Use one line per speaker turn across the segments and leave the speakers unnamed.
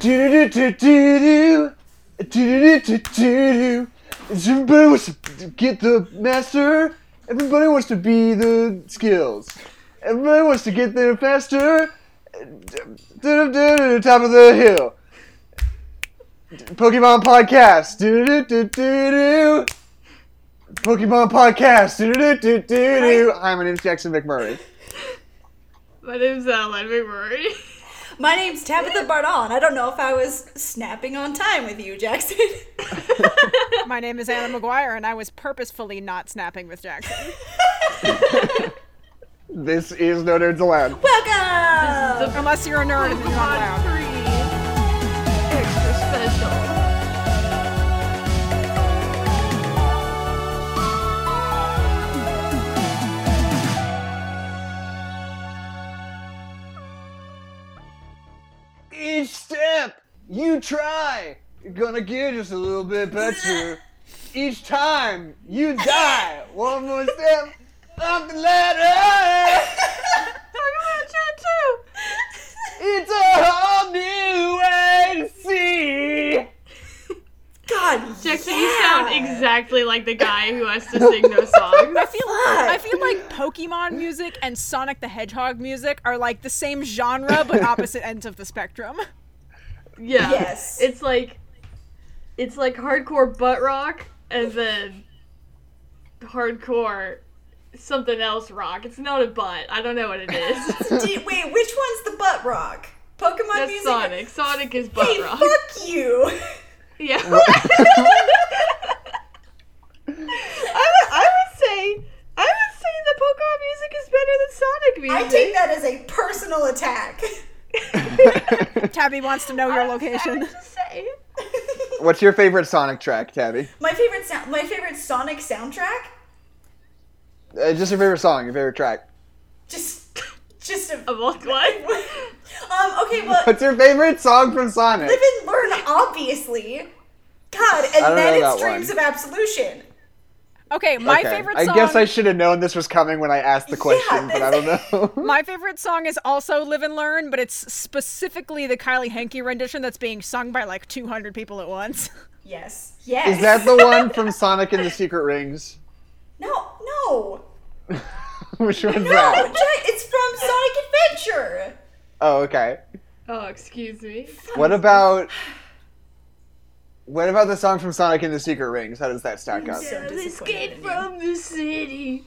Do do do do do do do do do do. Everybody wants to get the master. Everybody wants to be the skills. Everybody wants to get there faster. Do do do top of the hill. Pokemon podcast. Do do do do do. Pokemon podcast. Do do do do do. Hi, my name's Jackson McMurray.
My name's Alan McMurray.
My name's Tabitha Bardon. I don't know if I was snapping on time with you, Jackson.
My name is Anna McGuire, and I was purposefully not snapping with Jackson.
This is No Nerds Allowed.
Welcome!
Unless you're a nerd and you're not
Pod
allowed.
three. Extra special.
Each step you try, you're gonna get just a little bit better. Each time you die, one more step up the ladder. It's a whole new way to see.
God,
Jackson,
yeah.
you sound exactly like the guy who has to sing no songs.
I feel, I feel like Pokemon music and Sonic the Hedgehog music are like the same genre but opposite ends of the spectrum.
Yeah.
Yes.
It's like it's like hardcore butt rock and then hardcore something else rock. It's not a butt. I don't know what it is.
Do- wait, which one's the butt rock? Pokemon
That's
music?
Sonic. Sonic is butt
Hey,
rock.
fuck you!
Yeah. I would, I would say I would say the Pokemon music is better than Sonic
I
music.
take that as a personal attack.
Tabby wants to know your location.
Just say.
What's your favorite Sonic track, Tabby?
my favorite sound, my favorite Sonic soundtrack?
Uh, just your favorite song, your favorite track.
Just, just a.
Of all what?
um, okay, well,
What's your favorite song from Sonic?
live and learn, obviously. God, and
don't
then
know
it's
that one.
Dreams of Absolution.
Okay, my
Okay.
favorite
I
song.
guess I should have known this was coming when I asked the question, but I don't know.
my favorite song is also "Live and Learn," but it's specifically the Kylie Henke rendition that's being sung by like 200 people at once.
Yes. Yes.
is that the one from Sonic and the Secret Rings?
No, no.
Which one's
No,
that?
Jack, it's from Sonic Adventure.
Oh, okay.
Oh, excuse me.
What about what about the song from Sonic and the Secret Rings? How does that stack up?
So disappointed
Escape
in you.
from the city.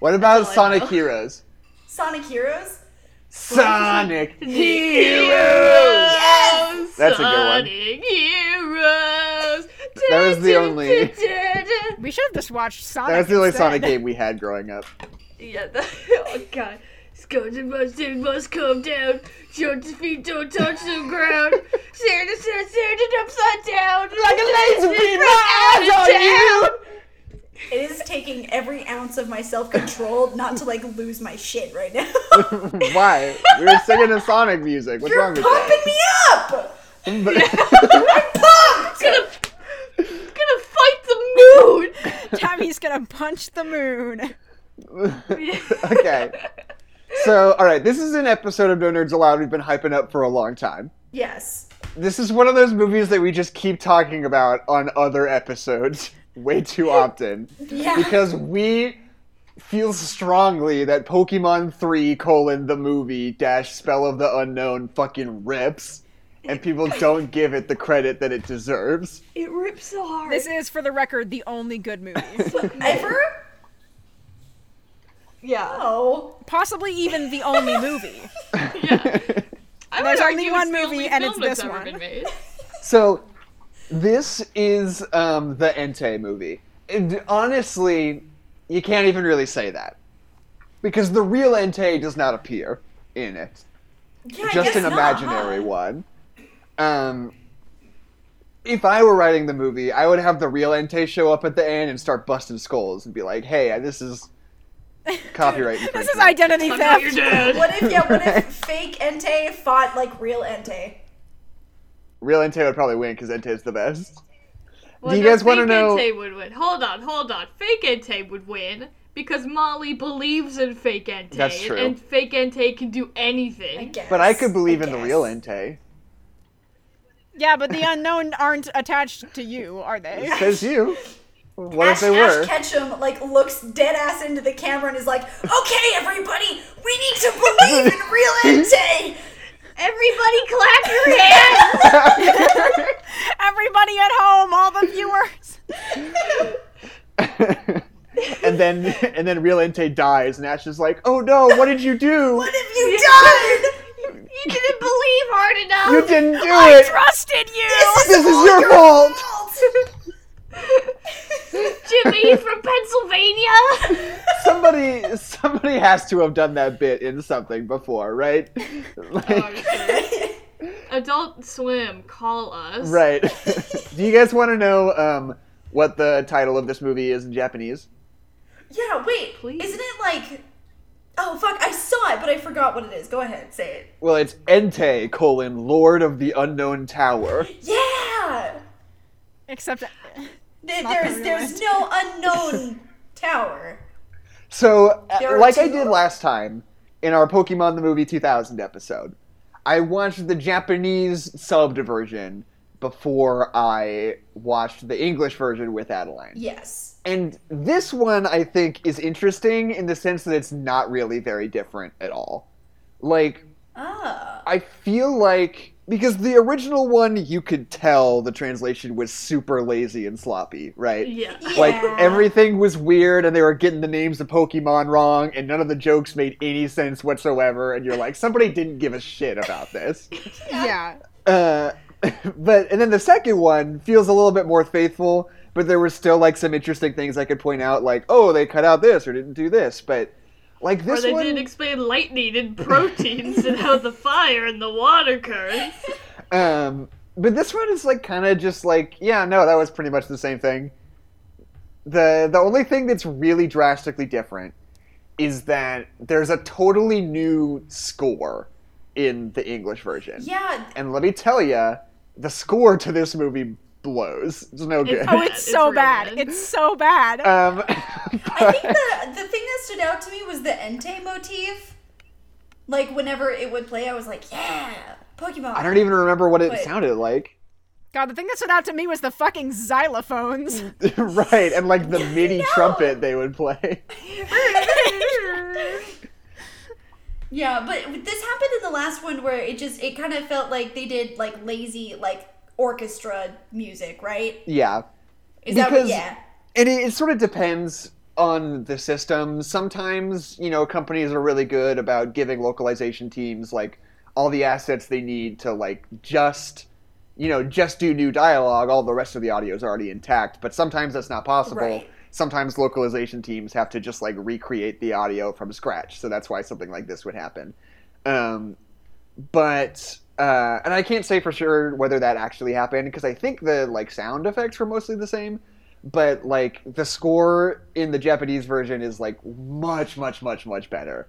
What about
I
Sonic
know.
Heroes?
Sonic Heroes?
Sonic
Heroes.
Yes!
That's a good one.
Sonic Heroes.
That was the only-
We should have just watched Sonic.
That's the only
instead.
Sonic game we had growing up.
Yeah. The, oh god. Scones and mustard must come down. Jones' feet don't touch the ground. Santa says Santa upside down. Like a laser beam, my eyes on
It is taking every ounce of my self control not to like lose my shit right now.
Why? We were singing the Sonic music. What's
You're
wrong with
pumping me up!
that?
Pumped!
Gonna, gonna fight the moon.
Tabby's gonna punch the moon.
okay. So, all right, this is an episode of No Nerds Allowed we've been hyping up for a long time.
Yes.
This is one of those movies that we just keep talking about on other episodes way too often.
Yeah.
because we feel strongly that Pokemon 3 colon the movie dash spell of the unknown fucking rips and people don't give it the credit that it deserves.
It rips so hard.
This is, for the record, the only good movie.
Ever?
yeah.
Oh.
Possibly even the only movie.
I would
There's only
argue
one
it's the
movie,
only
and it's
film that's
this
ever
one.
been made.
So this is um, the Entei movie. And honestly, you can't even really say that. Because the real Entei does not appear in it.
Yeah, I
just
guess
an
not,
imaginary
huh?
one. Um, if I were writing the movie, I would have the real Entei show up at the end and start busting skulls and be like, "Hey, this is copyright
This is
infringement."
identity
I know you're
theft.
dead.
What if, yeah, what if fake Entei fought like real Entei?
real Entei would probably win because Entei is the best.
Well,
you
no,
guys wanna
fake
know-
Entei would win. Hold on, hold on. Fake Entei would win because Molly believes in fake Entei.
That's true.
And fake Entei can do
I
anything.
guess.
But I could believe in the
guess.
real Entei.
Yeah, but the unknown aren't attached to you, are they?
Says you. What if
Ash-
they were?
Ash Ketchum like looks dead ass into the camera and is like, "Okay, everybody, we need to believe in real Entei."
Everybody clap your hands!
Everybody at home, all the viewers.
and then and then real Entei dies, and Ash is like, "Oh no, what did you do?
What have you done?
you didn't believe hard enough!
You didn't do
I
it.
trusted you.
This is your fault."
Jimmy from Pennsylvania!
Somebody somebody has to have done that bit in something before, right?
Oh,
Like,
Honestly. Adult Swim, call us.
right. do you guys want to know um, what the title of this movie is in Japanese?
yeah, wait.
Please.
Isn't it like? Oh fuck! I saw it, but I forgot what it is. Go ahead, say it.
Well, it's Entei colon Lord of the Unknown Tower.
Yeah.
Except
Th-
not
There's
the real
there's no unknown tower.
So, uh,
There are
like I
two.
did last time in our Pokemon the Movie 2000 episode, I watched the Japanese subbed version before I watched the English version with Adeline.
Yes.
And this one, I think, is interesting in the sense that it's not really very different at all. Like,
Ah.
I feel like because the original one, you could tell the translation was super lazy and sloppy, right?
Yeah.
Like
Yeah.
everything was weird, and they were getting the names of Pokemon wrong, and none of the jokes made any sense whatsoever. And you're like, somebody didn't give a shit about this.
yeah,
Uh, but and then the second one feels a little bit more faithful, but there were still like some interesting things I could point out, like oh they cut out this or didn't do this, but like
Or
this
they
one,
didn't explain lightning and proteins and how the fire and the water currents.
um, but this one is like kind of just like yeah no that was pretty much the same thing. The the only thing that's really drastically different is that there's a totally new score in the English version.
Yeah.
And let me tell you, the score to this movie blows. It's no good.
oh,
Yeah,
it's
it's
so
really
bad.
bad.
It's so bad.
Um,
I think the the thing that stood out to me was the Entei motif. Like whenever it would play, I was like, yeah, Pokemon.
I don't even remember what it
Wait.
sounded like.
God, the thing that stood out to me was the fucking xylophones.
right, and like the MIDI
No.
trumpet they would play.
Yeah, but this happened in the last one where it just it kind of felt like they did like lazy like orchestra music, right?
Yeah,
Is that what,
Because-
yeah?
and it, it sort of depends on the system. Sometimes you know companies are really good about giving localization teams like all the assets they need to like just you know just do new dialogue. All the rest of the audio is already intact, but sometimes that's not possible.
Right.
Sometimes localization teams have to just like recreate the audio from scratch. So that's why something like this would happen. Um, but uh, and I can't say for sure whether that actually happened because I think the like sound effects were mostly the same, but like the score in the Japanese version is like much much much much better.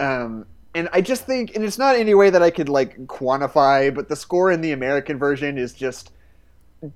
Um, and I just think, and it's not any way that I could like quantify, but the score in the American version is just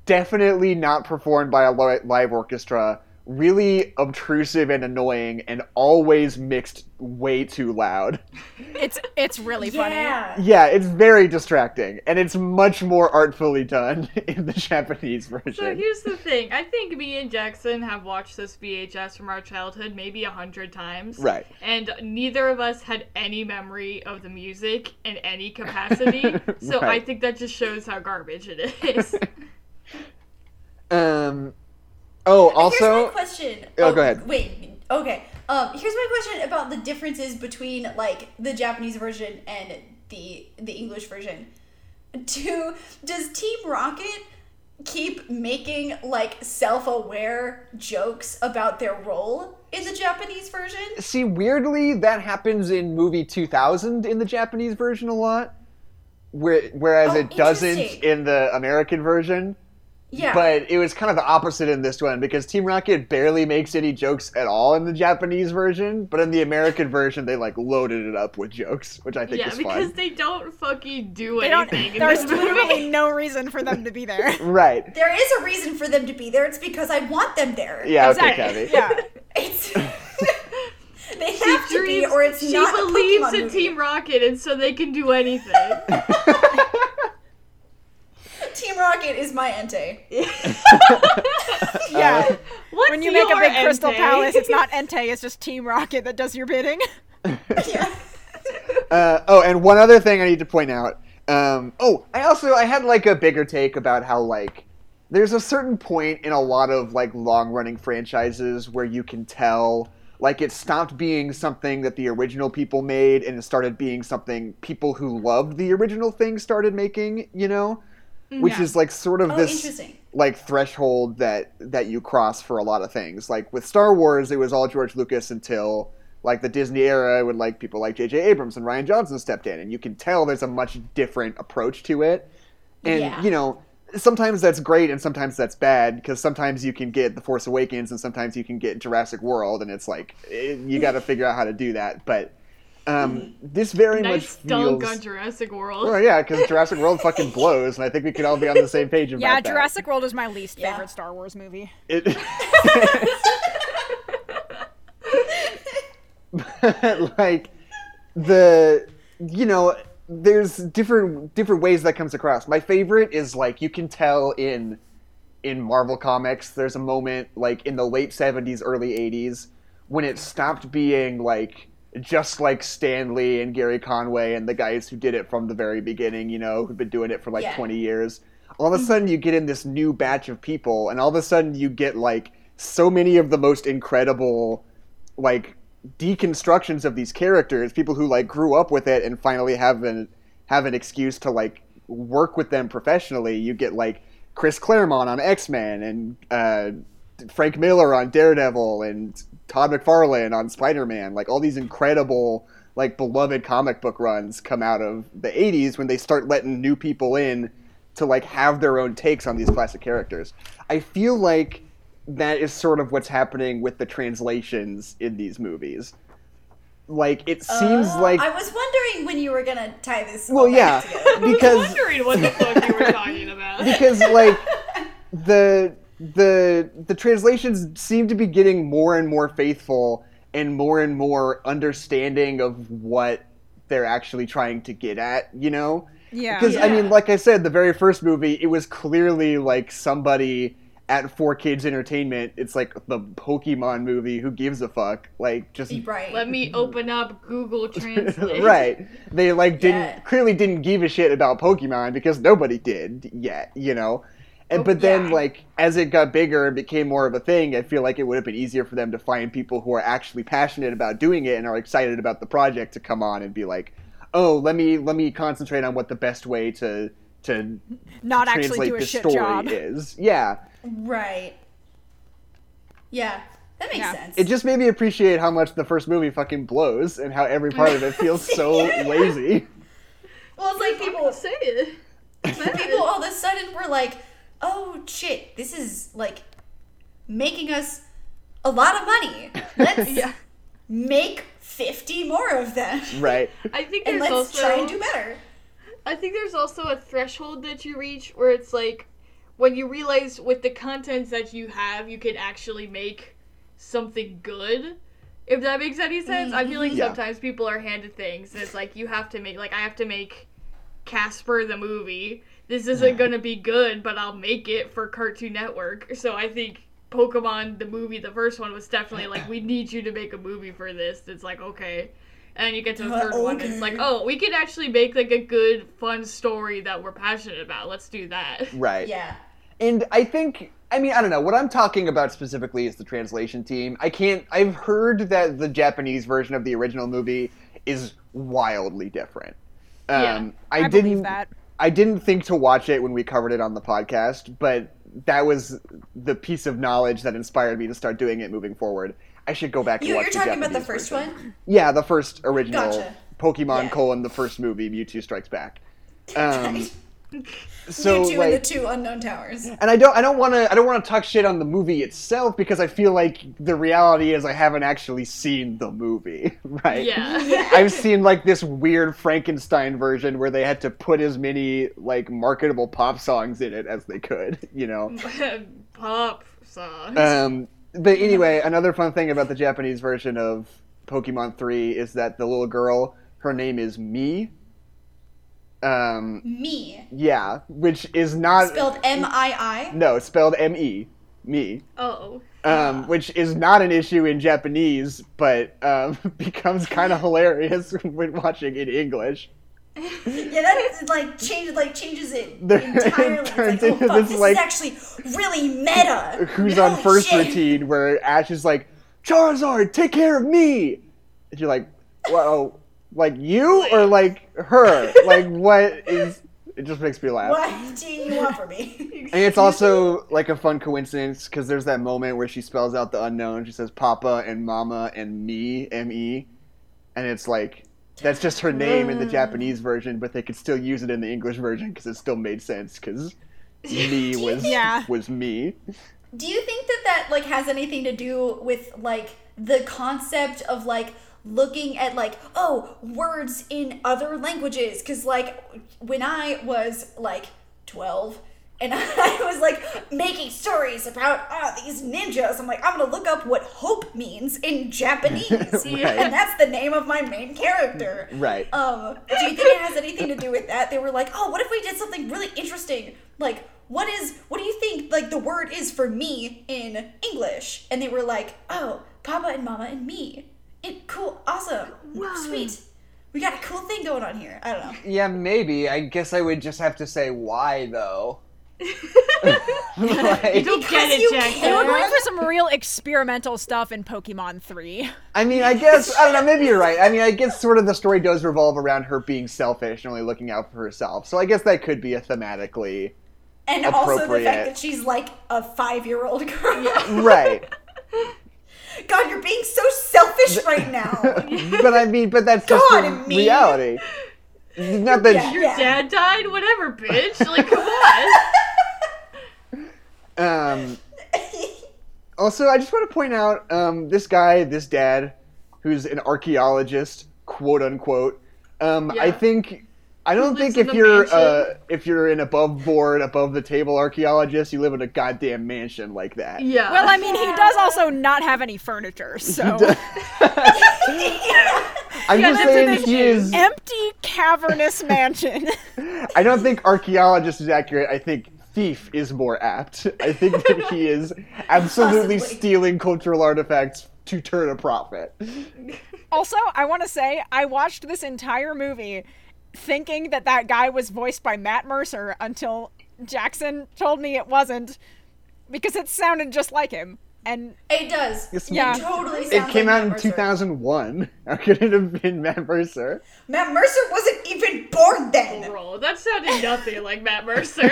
definitely not performed by a li- live orchestra. Really obtrusive and annoying, and always mixed way too loud.
It's it's really funny.
Yeah.
Yeah, it's very distracting, and it's much more artfully done in the Japanese version.
So here's the thing. I think me and Jackson have watched this VHS from our childhood maybe a hundred times.
Right.
And neither of us had any memory of the music in any capacity. so I
Right.
think that just shows how garbage it is.
Um. Oh,
here's my
also,
question.
Oh, go ahead.
Wait. Okay. Um, here's my question about the differences between like the Japanese version and the the English version. Do does Team Rocket keep making like self-aware jokes about their role in the Japanese version?
see, weirdly, that happens in movie 2000 in the Japanese version a lot, where, whereas
Oh,
it doesn't
interesting.
in the American version.
Yeah.
But it was kind of the opposite in this one because Team Rocket barely makes any jokes at all in the Japanese version, but in the American version, they like loaded it up with jokes, which I think
yeah,
is
because
fun.
they don't fucking do
They don't.
anything. in
There's
this movie.
literally no reason for them to be there.
Right.
there is a reason for them to be there. It's because I want them there.
Yeah, okay,
exactly.
Kathy.
Yeah.
It's creepy or it's
she
not a
believes
Pokemon
in
movie.
Team Rocket, and so they can do anything.
Team Rocket is my Entei.
Yeah.
What's
when you make a
your
big crystal
Entei?
palace, it's not Entei, it's just Team Rocket that does your bidding.
Yeah.
Uh, oh, and one other thing I need to point out. Um, oh, I also I had like a bigger take about how like there's a certain point in a lot of like long running franchises where you can tell like it stopped being something that the original people made and it started being something people who loved the original thing started making. You know, which is like sort of
Mm, Oh,
this
interesting.
like threshold that that you cross for a lot of things. Like with Star Wars, it was all George Lucas until like the Disney era when like people like J.J. Abrams and Ryan Johnson stepped in, and you can tell there's a much different approach to it. And
Yeah.
you know, sometimes that's great and sometimes that's bad because sometimes you can get The Force Awakens and sometimes you can get Jurassic World, and it's like eh, you got to figure out how to do that. But um, this very much
Nice dunk
feels.
on Jurassic World.
Well, yeah, because Jurassic World fucking blows, and I think we could all be on the same page about
Yeah,
that.
Jurassic World is my least
Yeah.
favorite Star Wars movie.
It... But, like the you know there's different different ways that comes across. My favorite is like you can tell in in Marvel comics there's a moment like in the late 70s early 80s when it stopped being like just like Stan Lee and Gary Conway and the guys who did it from the very beginning, you know, who've been doing it for like
Yeah.
20 years. All of a sudden you get in this new batch of people and all of a sudden you get like so many of the most incredible like deconstructions of these characters, people who like grew up with it and finally have an have an excuse to like work with them professionally. You get like Chris Claremont on X Men and uh, Frank Miller on Daredevil and Todd McFarlane on Spider Man. Like all these incredible like beloved comic book runs come out of the 80s when they start letting new people in to like have their own takes on these classic characters. I feel like that is sort of what's happening with the translations in these movies. Like it seems
Oh,
like
I was wondering when you were gonna tie this. all
well
back
yeah
together.
because
wondering what the fuck you were talking about.
because like the the the translations seem to be getting more and more faithful and more and more understanding of what they're actually trying to get at, you know?
Yeah.
Because I mean,
Yeah.
like I said, the very first movie, it was clearly like somebody at Four Kids Entertainment. It's like the Pokemon movie. Who gives a fuck? Like just
Right.
Let me open up Google Translate.
right. They like didn't
Yeah.
clearly didn't give a shit about Pokemon because nobody did yet, you know. And but then
Oh, yeah.
like as it got bigger and became more of a thing, I feel like it would have been easier for them to find people who are actually passionate about doing it and are excited about the project to come on and be like, "Oh, let me let me concentrate on what the best way to to
Not actually
translate
do a
this
shit
story
job.
is." Yeah.
Right. Yeah, that makes
Yeah.
sense.
It just made me appreciate how much the first movie fucking blows and how every part of it feels so lazy.
well, it's like people
Say it.
people all of a sudden were like, "Oh shit, this is like making us a lot of money. Let's make fifty more of them,
Right.
I think
and
there's
let's
also
try and do better."
I think there's also a threshold that you reach where it's like when you realize with the contents that you have, you can actually make something good. If that makes any sense, I feel like
Yeah.
sometimes people are handed things and it's like you have to make like I have to make Casper the movie. This isn't gonna be good, but I'll make it for Cartoon Network. So I think Pokemon the movie, the first one was definitely like we need you to make a movie for this. It's like okay, and then you get to the
Uh,
third one. and It's like oh, we can actually make like a good, fun story that we're passionate about. Let's do that.
Right.
Yeah.
And I think, I mean, I don't know. What I'm talking about specifically is the translation team. I can't, I've heard that the Japanese version of the original movie is wildly different. Um,
Yeah,
I,
I
didn't,
believe that.
I didn't think to watch it when we covered it on the podcast, but that was the piece of knowledge that inspired me to start doing it moving forward. I should go back and
You,
watch
you're
the
talking about the
Japanese
first
version.
one?
Yeah, the first original
Gotcha.
Pokemon
Yeah.
colon the first movie Mewtwo Strikes Back. Um, so
you two
like,
and the two unknown towers.
and I don't I don't want to I don't want to talk shit on the movie itself because I feel like the reality is I haven't actually seen the movie, right?
Yeah.
I've seen like this weird Frankenstein version where they had to put as many like marketable pop songs in it as they could, you know.
Pop songs.
Uh, Um, but anyway, another fun thing about the Japanese version of Pokemon Three is that the little girl, her name is Me. Um,
Me.
yeah, which is not
Mm-hmm. Spelled M I
no spelled M E, me,
Oh.
um, which is not an issue in Japanese, but um, becomes kind of hilarious when watching in English.
I. Yeah, that is, like changes like changes it
There- it
entirely. It's
turns
like, oh,
into
fuck,
this,
this
like-
is actually really meta.
who's
Holy
on first
shit.
routine where Ash is like, Charizard, take care of me. And you're like, well, like you or like her? Like what is? It just makes me laugh.
What do you want from me?
And it's also like a fun coincidence because there's that moment where she spells out the unknown. She says Papa and Mama and me, M E, and it's like that's just her name in the Japanese version, but they could still use it in the English version because it still made sense because me was
Yeah.
was me.
do you think that that like has anything to do with like the concept of like looking at like oh words in other languages cuz like when I was like 12 and I was like making stories about ah these ninjas I'm like I'm going to look up what hope means in Japanese
Right.
and that's the name of my main character
Right.
um, do you think it has anything to do with that? They were like, oh, what if we did something really interesting? Like, what is, what do you think, like, the word is for me in English? And they were like, oh, Papa and Mama and me. It, cool, awesome, sweet. We got a cool thing going on here. I don't know.
Yeah, maybe. I guess I would just have to say why though. Like,
Don't get
you
They
it,
were
can't.
Jack.
going for some real experimental stuff in Pokemon 3.
I mean, I guess I don't know. Maybe you're right. I mean, I guess sort of the story does revolve around her being selfish and only looking out for herself. So I guess that could be a thematically
And also the
Appropriate.
fact that she's like a five year old girl.
right.
God, you're being so selfish right now.
but I mean, but that's just
God,
the
I mean.
reality. Not that.
Yeah.
Your dad died? Whatever, bitch. Like, come on.
Um, also, I just want to point out um, this guy, this dad, who's an archaeologist, quote unquote. Um, I
Yeah.
think I don't
lives
think
in
if
a
you're
mansion.
uh, if you're an above board, above the table archaeologist, you live in a goddamn mansion like that.
Yeah.
Well, I mean, he does also not have any furniture, so
I'm
Yeah,
just
that's an
saying he is.
empty cavernous mansion.
I don't think archaeologist is accurate. I think thief is more apt. I think that he is absolutely
Possibly.
stealing cultural artifacts to turn a profit.
also, I want to say I watched this entire movie thinking that that guy was voiced by Matt Mercer until Jackson told me it wasn't because it sounded just like him. And
it does.
Yes,
Yeah.
It totally sounds
It came
like
out
Matt
in
Mercer.
2001. How could it have been Matt Mercer?
Matt Mercer wasn't even born then.
Roll. That sounded nothing like Matt Mercer.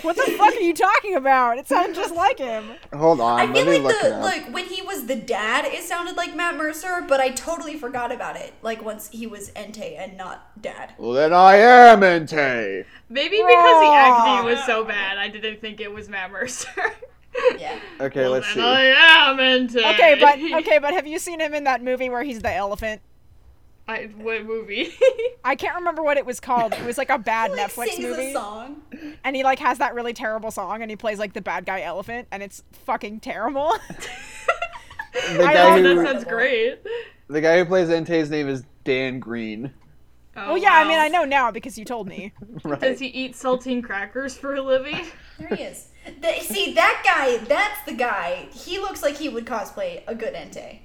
what the fuck are you talking about? It sounded just like him.
Hold on,
I
let
feel
me
like
look it
the
up.
like when he was the dad, it sounded like Matt Mercer, but I totally forgot about it. Like once he was Entei and not dad.
Well, then I am Entei.
Maybe because the
Aw.
acne was so bad, I didn't think it was Matt Mercer.
Yeah.
Okay, let's
and
see.
I am into
Okay, but okay, but have you seen him in that movie where he's the elephant?
I, what movie?
I can't remember what it was called. It was like a bad
Like,
Netflix
sings
movie.
a song.
and he like has that really terrible song and he plays like the bad guy elephant and it's fucking terrible
the,
I
guy
love
that
who,
sounds great.
the guy who plays Entei's name is Dan Green.
Oh,
well yeah i mean
wow.
i know now because you told me
Right.
Does he eat saltine crackers for a living?
There he is. Th- see that guy, that's the guy. He looks like he would cosplay a good Entei.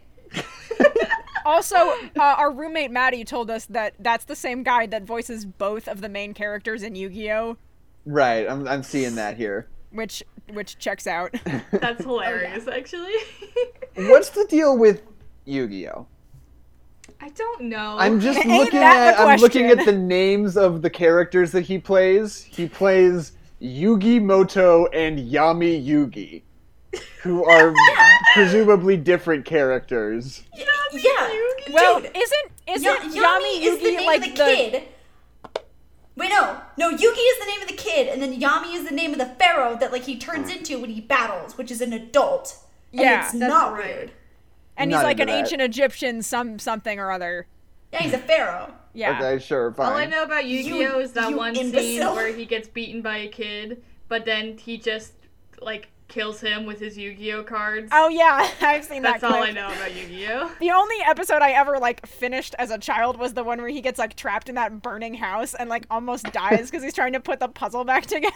also uh, our roommate maddie told us that that's the same guy that voices both of the main characters in yu-gi-oh
right, I'm, I'm seeing that here.
which which checks out
That's hilarious, actually.
What's the deal with Yu-Gi-Oh?
I don't know.
I'm just
Ain't
looking
that
at
the
I'm looking at the
question?
names of the characters that he plays. He plays Yugi Moto and Yami Yugi, who are presumably different characters.
yeah.
Yugi.
well
Dude,
isn't isn't
Ya-
yami,
Yami is the
yugi
name
like
of the, kid. Wait, no, no. Yugi is the name of the kid, and then Yami is the name of the pharaoh that like he turns
Hmm.
into when he battles, which is an adult. And
Yeah,
it's
that's
not
right.
weird.
and
Not
he's like
into
an
that.
ancient egyptian some something or other
Yeah, he's a pharaoh.
yeah
Okay, sure, fine.
All I know about Yu-Gi-Oh
You-
is that
you
one scene
imbecile.
where he gets beaten by a kid, but then he just like kills him with his Yu-Gi-Oh cards.
Oh yeah, I've seen that.
That's all
clip.
I know about Yu-Gi-Oh.
The only episode I ever like finished as a child was the one where he gets like trapped in that burning house and like almost dies because he's trying to put the puzzle back together.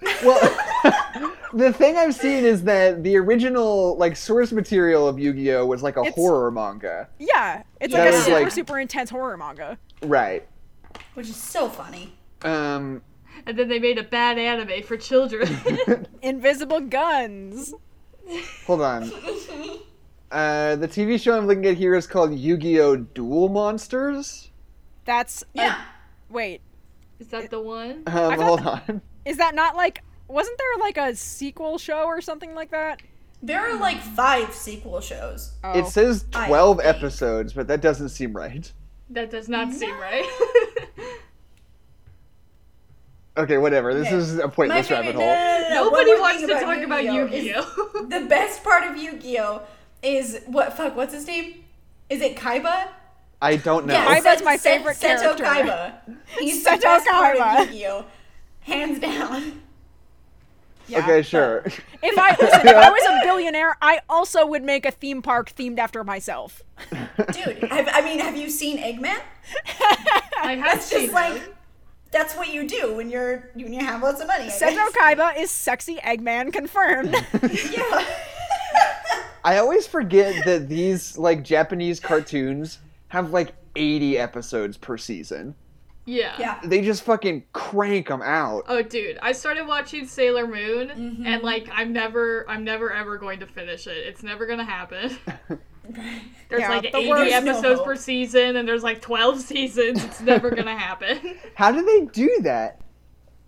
Well, the thing I've seen is that the original like source material of Yu-Gi-Oh was like a
It's-
horror manga,
yeah, it's
That
like a
was,
super
like-
super intense horror manga.
right?
which is so funny.
Um,
And then they made a bad anime for children.
Invisible guns.
hold on. Uh, the TV show I'm looking at here is called Yu-Gi-Oh! Duel Monsters.
That's a-
Yeah.
wait,
Is that the one?
Um,
thought
hold on.
is that not like? Wasn't there like a sequel show or something like that?
There are like five sequel shows.
Oh.
It says
I
12
think-
episodes, but that doesn't seem right.
That does not seem right.
Okay, whatever. This
Okay.
is a
My
pointless
favorite.
rabbit
No,
hole.
no, no, no, no. One
Nobody
more
wants
thing
to talk about
is-
Yu-Gi-Oh.
The best part of Yu-Gi-Oh is what fuck? What's his name? Is it Kaiba?
I don't know.
Kaiba's
Set-
my
Set-
favorite
Seto
character.
Kaiba. He's
Seto
the best part
Kaiba.
of Yu-Gi-Oh, hands down.
Yeah.
okay, sure.
If I listen, if I was a billionaire, I also would make a theme park themed after myself.
Dude, have, I mean, have you seen Eggman?
I have
It's just
seen
like
like
that's what you do when you're when you have lots of money. I
Seto
guess.
Kaiba is sexy Eggman confirmed.
Yeah.
I always forget that these like Japanese cartoons have like 80 episodes per season.
yeah.
yeah.
They just fucking crank them out.
Oh dude, I started watching Sailor Moon and like I'm never I'm never ever going to finish it. It's never going to happen. There's
Yeah,
like
the
80
worst.
episodes
No.
per season and there's like 12 seasons. It's never going to happen.
How do they do that?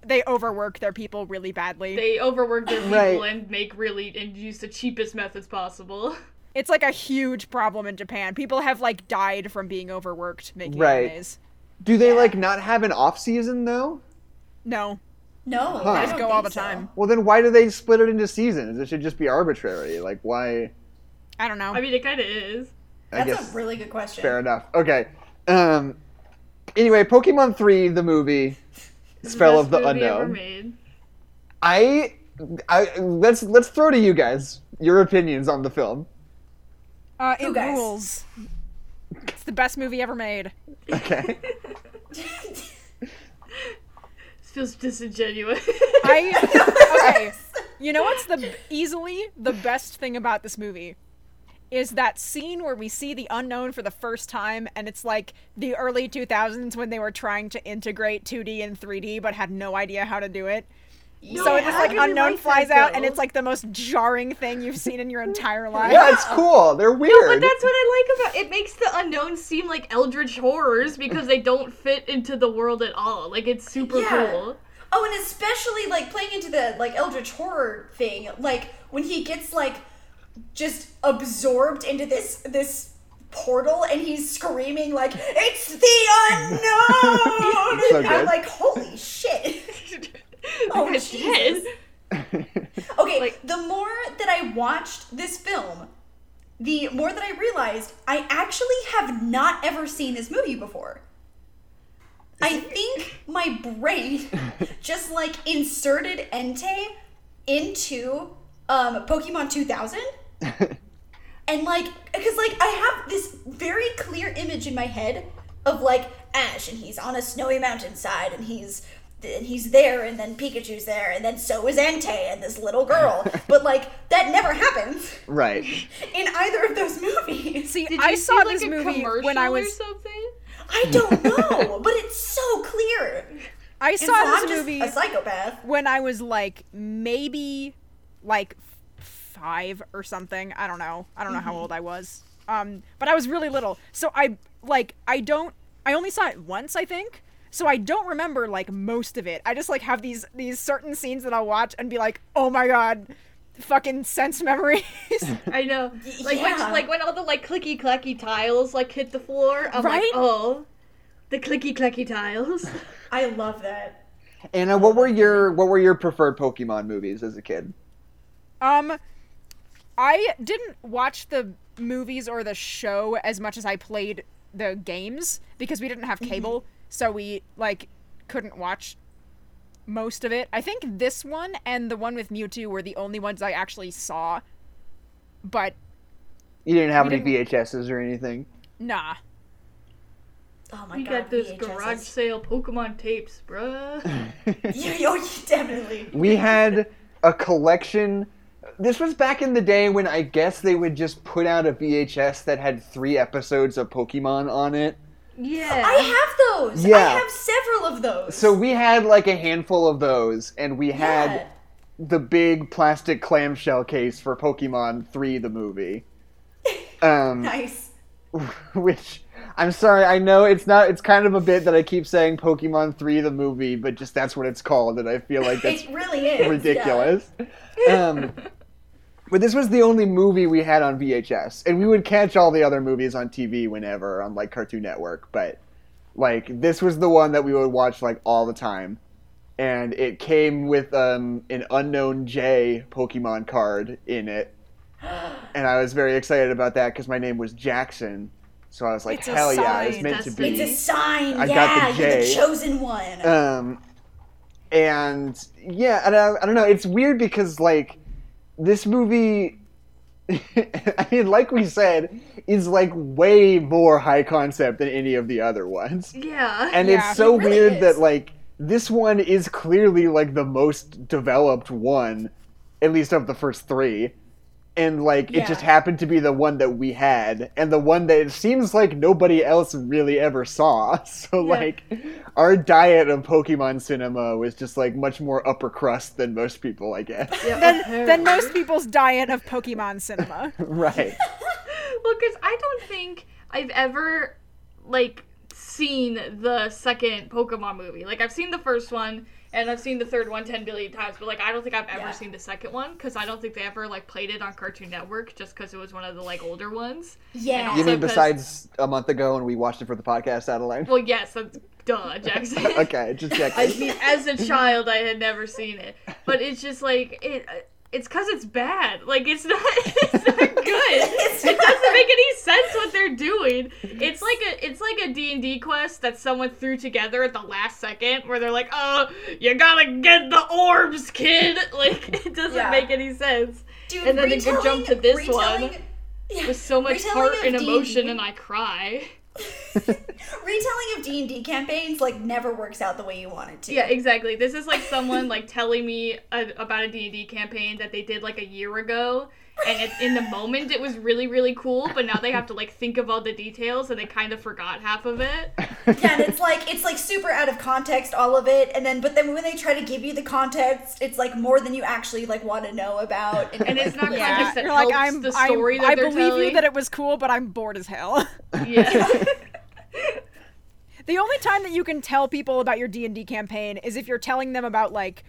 they overwork their people really badly.
They overwork their people
Right.
and make really and use the cheapest methods possible.
it's like a huge problem in Japan. People have like died from being overworked making
Right.
animes.
Do they like not have an off season though?
No,
No,
Huh.
I
just
don't
go all the
think so.
time.
Well, then why do they split it into seasons? It should just be arbitrary. Like why?
I don't know.
I mean, it kind of is.
I
That's
guess
a really good question.
fair enough. Okay. Um. Anyway, Pokemon Three, the movie, Spell
Best
of the
movie
Unknown.
Ever made.
I, I let's let's throw to you guys your opinions on the film.
uh, it
Who guys?
rules. It's the best movie ever made.
Okay.
This feels disingenuous.
I okay. You know what's the easily the best thing about this movie is that scene where we see the unknown for the first time and it's like the early 2000s when they were trying to integrate 2D and 3D but had no idea how to do it. so it was
I
like
really
unknown
like that,
flies out and
though.
it's like the most jarring thing you've seen in your entire life.
yeah, it's cool. They're
But
weird.
that's what I like about it. Makes the unknown seem like eldritch horrors because they don't fit into the world at all. Like it's super
Yeah.
cool.
Oh, and especially like playing into the like Eldritch horror thing, like when he gets like just absorbed into this this portal and he's screaming like it's the unknown.
So
And I'm
good.
like, holy shit.
oh
Oh, Jesus. Okay, the more that I watched this film, the more that I realized I actually have not ever seen this movie before. I think my brain just like inserted Entei into um, Pokemon 2000. And like, because like I have this very clear image in my head of like Ash, and he's on a snowy mountainside, and he's and he's there, and then Pikachu's there, and then so is Entei and this little girl. but like that never happens
right.
in either of those movies.
See,
Did
I
you
saw
see, like,
this
a
movie
commercial
when I
or
was
something?
I don't know, but it's so clear.
I
And
saw
so
this
I'm just
movie
a psychopath.
when I was like maybe like f- five or something. I don't know. I don't know
Mm-hmm.
how old I was. Um, but I was really little, so I like I don't. I only saw it once, I think. So I don't remember like most of it. I just like have these these certain scenes that I'll watch and be like, oh my god, fucking sense memories.
I know. Like
yeah.
when like when all the like clicky clacky tiles like hit the floor. I'm
Right?
like, oh, the clicky clacky tiles.
I love that.
Anna, what were your what were your preferred Pokemon movies as a kid?
Um, I didn't watch the movies or the show as much as I played Mm-hmm. the games because we didn't have cable, so we like couldn't watch most of it. I think this one and the one with Mewtwo were the only ones I actually saw. But
You didn't have
We
any VHSs or anything.
nah.
Oh my
We
god.
got those
VHSs.
garage sale Pokemon tapes, bruh.
Yeah, oh, yeah, definitely.
we had a collection. This was back in the day when I guess they would just put out a VHS that had three episodes of Pokemon on it.
Yeah.
I have those. I
Yeah.
have several of those.
So we had like a handful of those, and we had
Yeah.
the big plastic clamshell case for Pokemon 3, the movie. Um,
nice.
which I'm sorry, I know it's not. It's kind of a bit that I keep saying Pokemon Three the movie, but just that's what it's called, and I feel like that's
It really is. yeah.
ridiculous. Um, but this was the only movie we had on VHS, and we would catch all the other movies on TV whenever on like Cartoon Network. But like this was the one that we would watch like all the time, and it came with um, an unknown J Pokemon card in it, and I was very excited about that because my name was Jackson, so I was like,
It's a
hell yeah, it's
sign,
meant to
that's
be.
the-
It's a sign.
I
yeah,
got the
you're the
J.
chosen one.
Um, and yeah, and I, I don't know. It's weird because like this movie, I mean, like we said, is like way more high concept than any of the other ones,
yeah.
and
Yeah.
it's so
It really
weird
is.
that like this one is clearly like the most developed one, at least of the first three. And like
Yeah.
it just happened to be the one that we had, and the one that it seems like nobody else really ever saw. So
Yeah.
like, our diet of Pokemon cinema was just like much more upper crust than most people, I guess.
yeah
Than, than most people's diet of Pokemon cinema.
right.
Well, because I don't think I've ever, like, seen the second Pokemon movie. Like, I've seen the first one, and I've seen the third one 10 billion times, but, like, I don't think I've ever
Yeah.
seen the second one, because I don't think they ever, like, played it on Cartoon Network just because it was one of the, like, older ones.
yeah.
You
So
mean
does-
besides a month ago when we watched it for the podcast, Adeline?
Well, yes, that's duh, Jackson.
okay, just
I
checking.
mean, as a child, I had never seen it, but it's just like it. It's because it's bad. Like it's not. It's not good.
It's
It doesn't
not.
make any sense what they're doing. It's like a it's like a D and D quest that someone threw together at the last second, where they're like, "Oh, you gotta get the orbs, kid." Like it doesn't
Yeah.
make any sense.
Dude,
and then they could jump to
retelling-
this one
retelling- Yeah.
With so much
Retelling
heart
of
and
D&D.
emotion, and I cry.
retelling of D and D campaigns like never works out the way you want it to.
Yeah, exactly. This is like someone like telling me a, about a D&D campaign that they did like a year ago and it, in the moment it was really really cool, but now they have to like think of all the details and they kind of forgot half of it.
Yeah, and it's like it's like super out of context, all of it, and then but then when they try to give you the context, it's like more than you actually like want to know about.
And it's not
Yeah,
context that
you're like
helps
I'm.
the
I'm
story that
I
they're
believe
telling.
you that it was cool, but I'm bored as hell.
yeah.
The only time that you can tell people about your D&D campaign is if you're telling them about like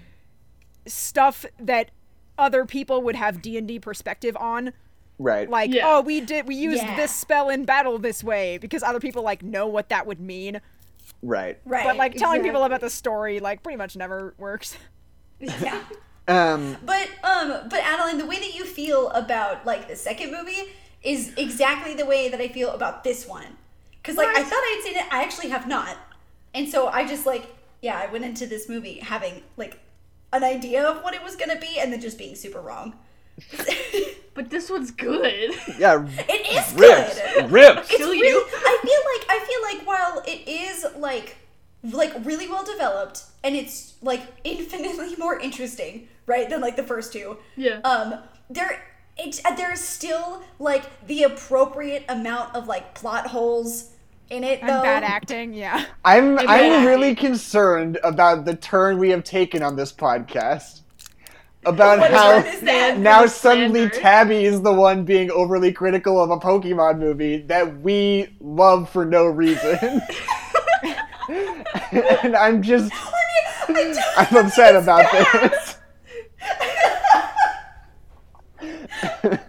stuff that other people would have D&D perspective on
right.
like
Yeah.
oh we did we used
Yeah.
this spell in battle this way because other people like know what that would mean
right.
right.
but like telling people
Exactly.
about the story like pretty much never works
yeah.
Um,
But um, but Adeline, the way that you feel about like the second movie is exactly the way that I feel about this one. Cause like I
What?
thought I had seen it, I actually have not, and so I just like yeah, I went into this movie having like an idea of what it was gonna be, and then just being super wrong. it
But this one's good.
yeah.
is
Rips.
good.
Rips.
Kill
really-
you.
I feel like I feel like while it is like like really well developed and it's like infinitely more interesting, right, than like the first two.
Yeah.
Um there it there is still like the appropriate amount of like plot holes in it
and
though.
bad acting yeah
I'm I'm
Exactly.
really concerned about the turn we have taken on this podcast. About
What
how
Oh,
turn is that?
now
Slander.
suddenly Tabby is the one being overly critical of a Pokemon movie that we love for no reason. and I'm just
I mean, I don't-
I'm upset about this.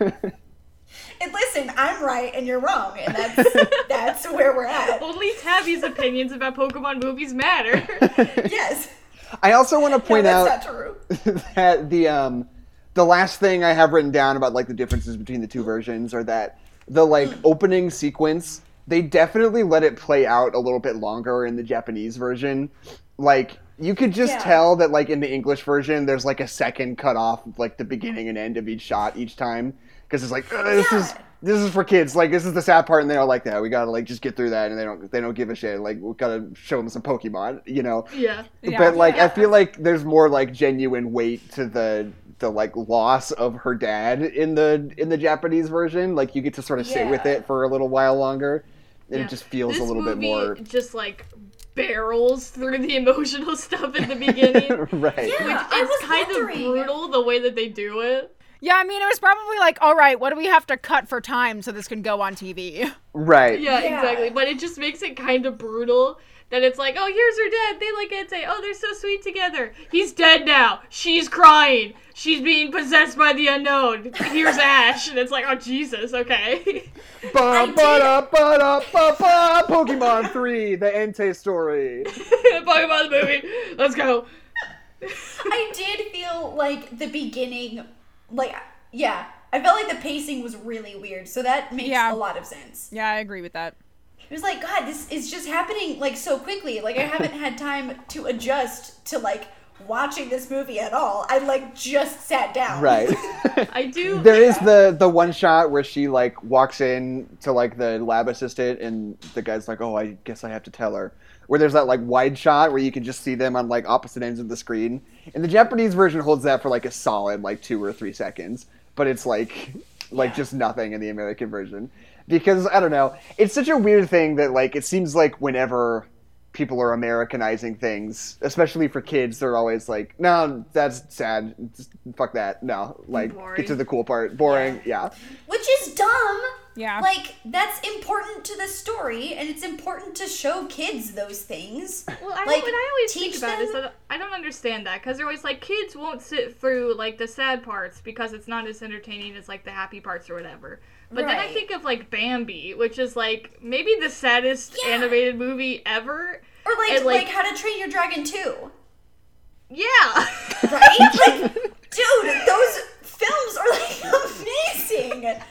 and listen, I'm right and you're wrong, and that's that's where we're at.
Only Tabby's opinions about Pokemon movies matter.
Yes.
I also want to
No,
point out
that's not true.
that the um the last thing I have written down about like the differences between the two versions are that the like opening sequence they definitely let it play out a little bit longer in the Japanese version. Like You could just
Yeah.
tell that, like in the English version, there's like a second cut off, of, like the beginning and end of each shot each time, because it's like "Ugh, this is
Yeah.
this is for kids. Like this is the sad part, and they don't like that. We gotta like just get through that, and they don't they don't give a shit. Like we gotta show them some Pokemon, you know.
Yeah.
Yeah.
but like I
Yeah.
feel like there's more like genuine weight to the the like loss of her dad in the in the Japanese version. Like you get to sort of sit with
Yeah.
it for a little while longer, and
Yeah.
it just feels
this
a little
movie
bit more
just like barrels through the emotional stuff at the beginning.
right.
Yeah.
Which
I
is
was
kind
wondering.
of brutal the way that they do it.
Yeah, I mean, it was probably like, all right, what do we have to cut for time so this can go on TV?
Right.
Yeah,
Yeah.
exactly. But it just makes it kind of brutal that it's like, oh, here's her dad. They like it say, oh, they're so sweet together. He's dead now. She's crying. She's being possessed by the unknown. Here's Ash, and it's like, oh Jesus, okay.
Ba
did-
ba da ba da ba ba Pokemon 3, the Entei story.
Pokemon the movie. Let's go.
I did feel like the beginning, like yeah, I felt like the pacing was really weird. So that makes
Yeah.
a lot of sense.
Yeah, I agree with that.
It was like God, this is just happening like so quickly. Like I haven't had time to adjust to like watching this movie at all. I like just sat down.
Right.
I do.
there is the the one shot where she like walks in to like the lab assistant and the guy's like, "Oh, I guess I have to tell her." Where there's that like wide shot where you can just see them on like opposite ends of the screen. And the Japanese version holds that for like a solid like 2 or 3 seconds, but it's like like just nothing in the American version. Because I don't know, it's such a weird thing that like it seems like whenever people are Americanizing things, especially for kids. They're always like, "No, that's sad. Just fuck that. No, like
Boring.
get to the cool part. Boring. Yeah,
Which is dumb.
Yeah.
Like that's important to the story, and it's important to show kids those things.
Well, I,
Like,
what I always think
teach
about is
them-
that I don't understand that because they're always like kids won't sit through like the sad parts because it's not as entertaining as like the happy parts or whatever. But then I
Right.
think of like Bambi, which is like maybe the saddest
Yeah.
animated movie ever.
Or like,
And,
like
like-
How to Train Your Dragon Two.
Yeah,
right? Like, dude, those films are like amazing.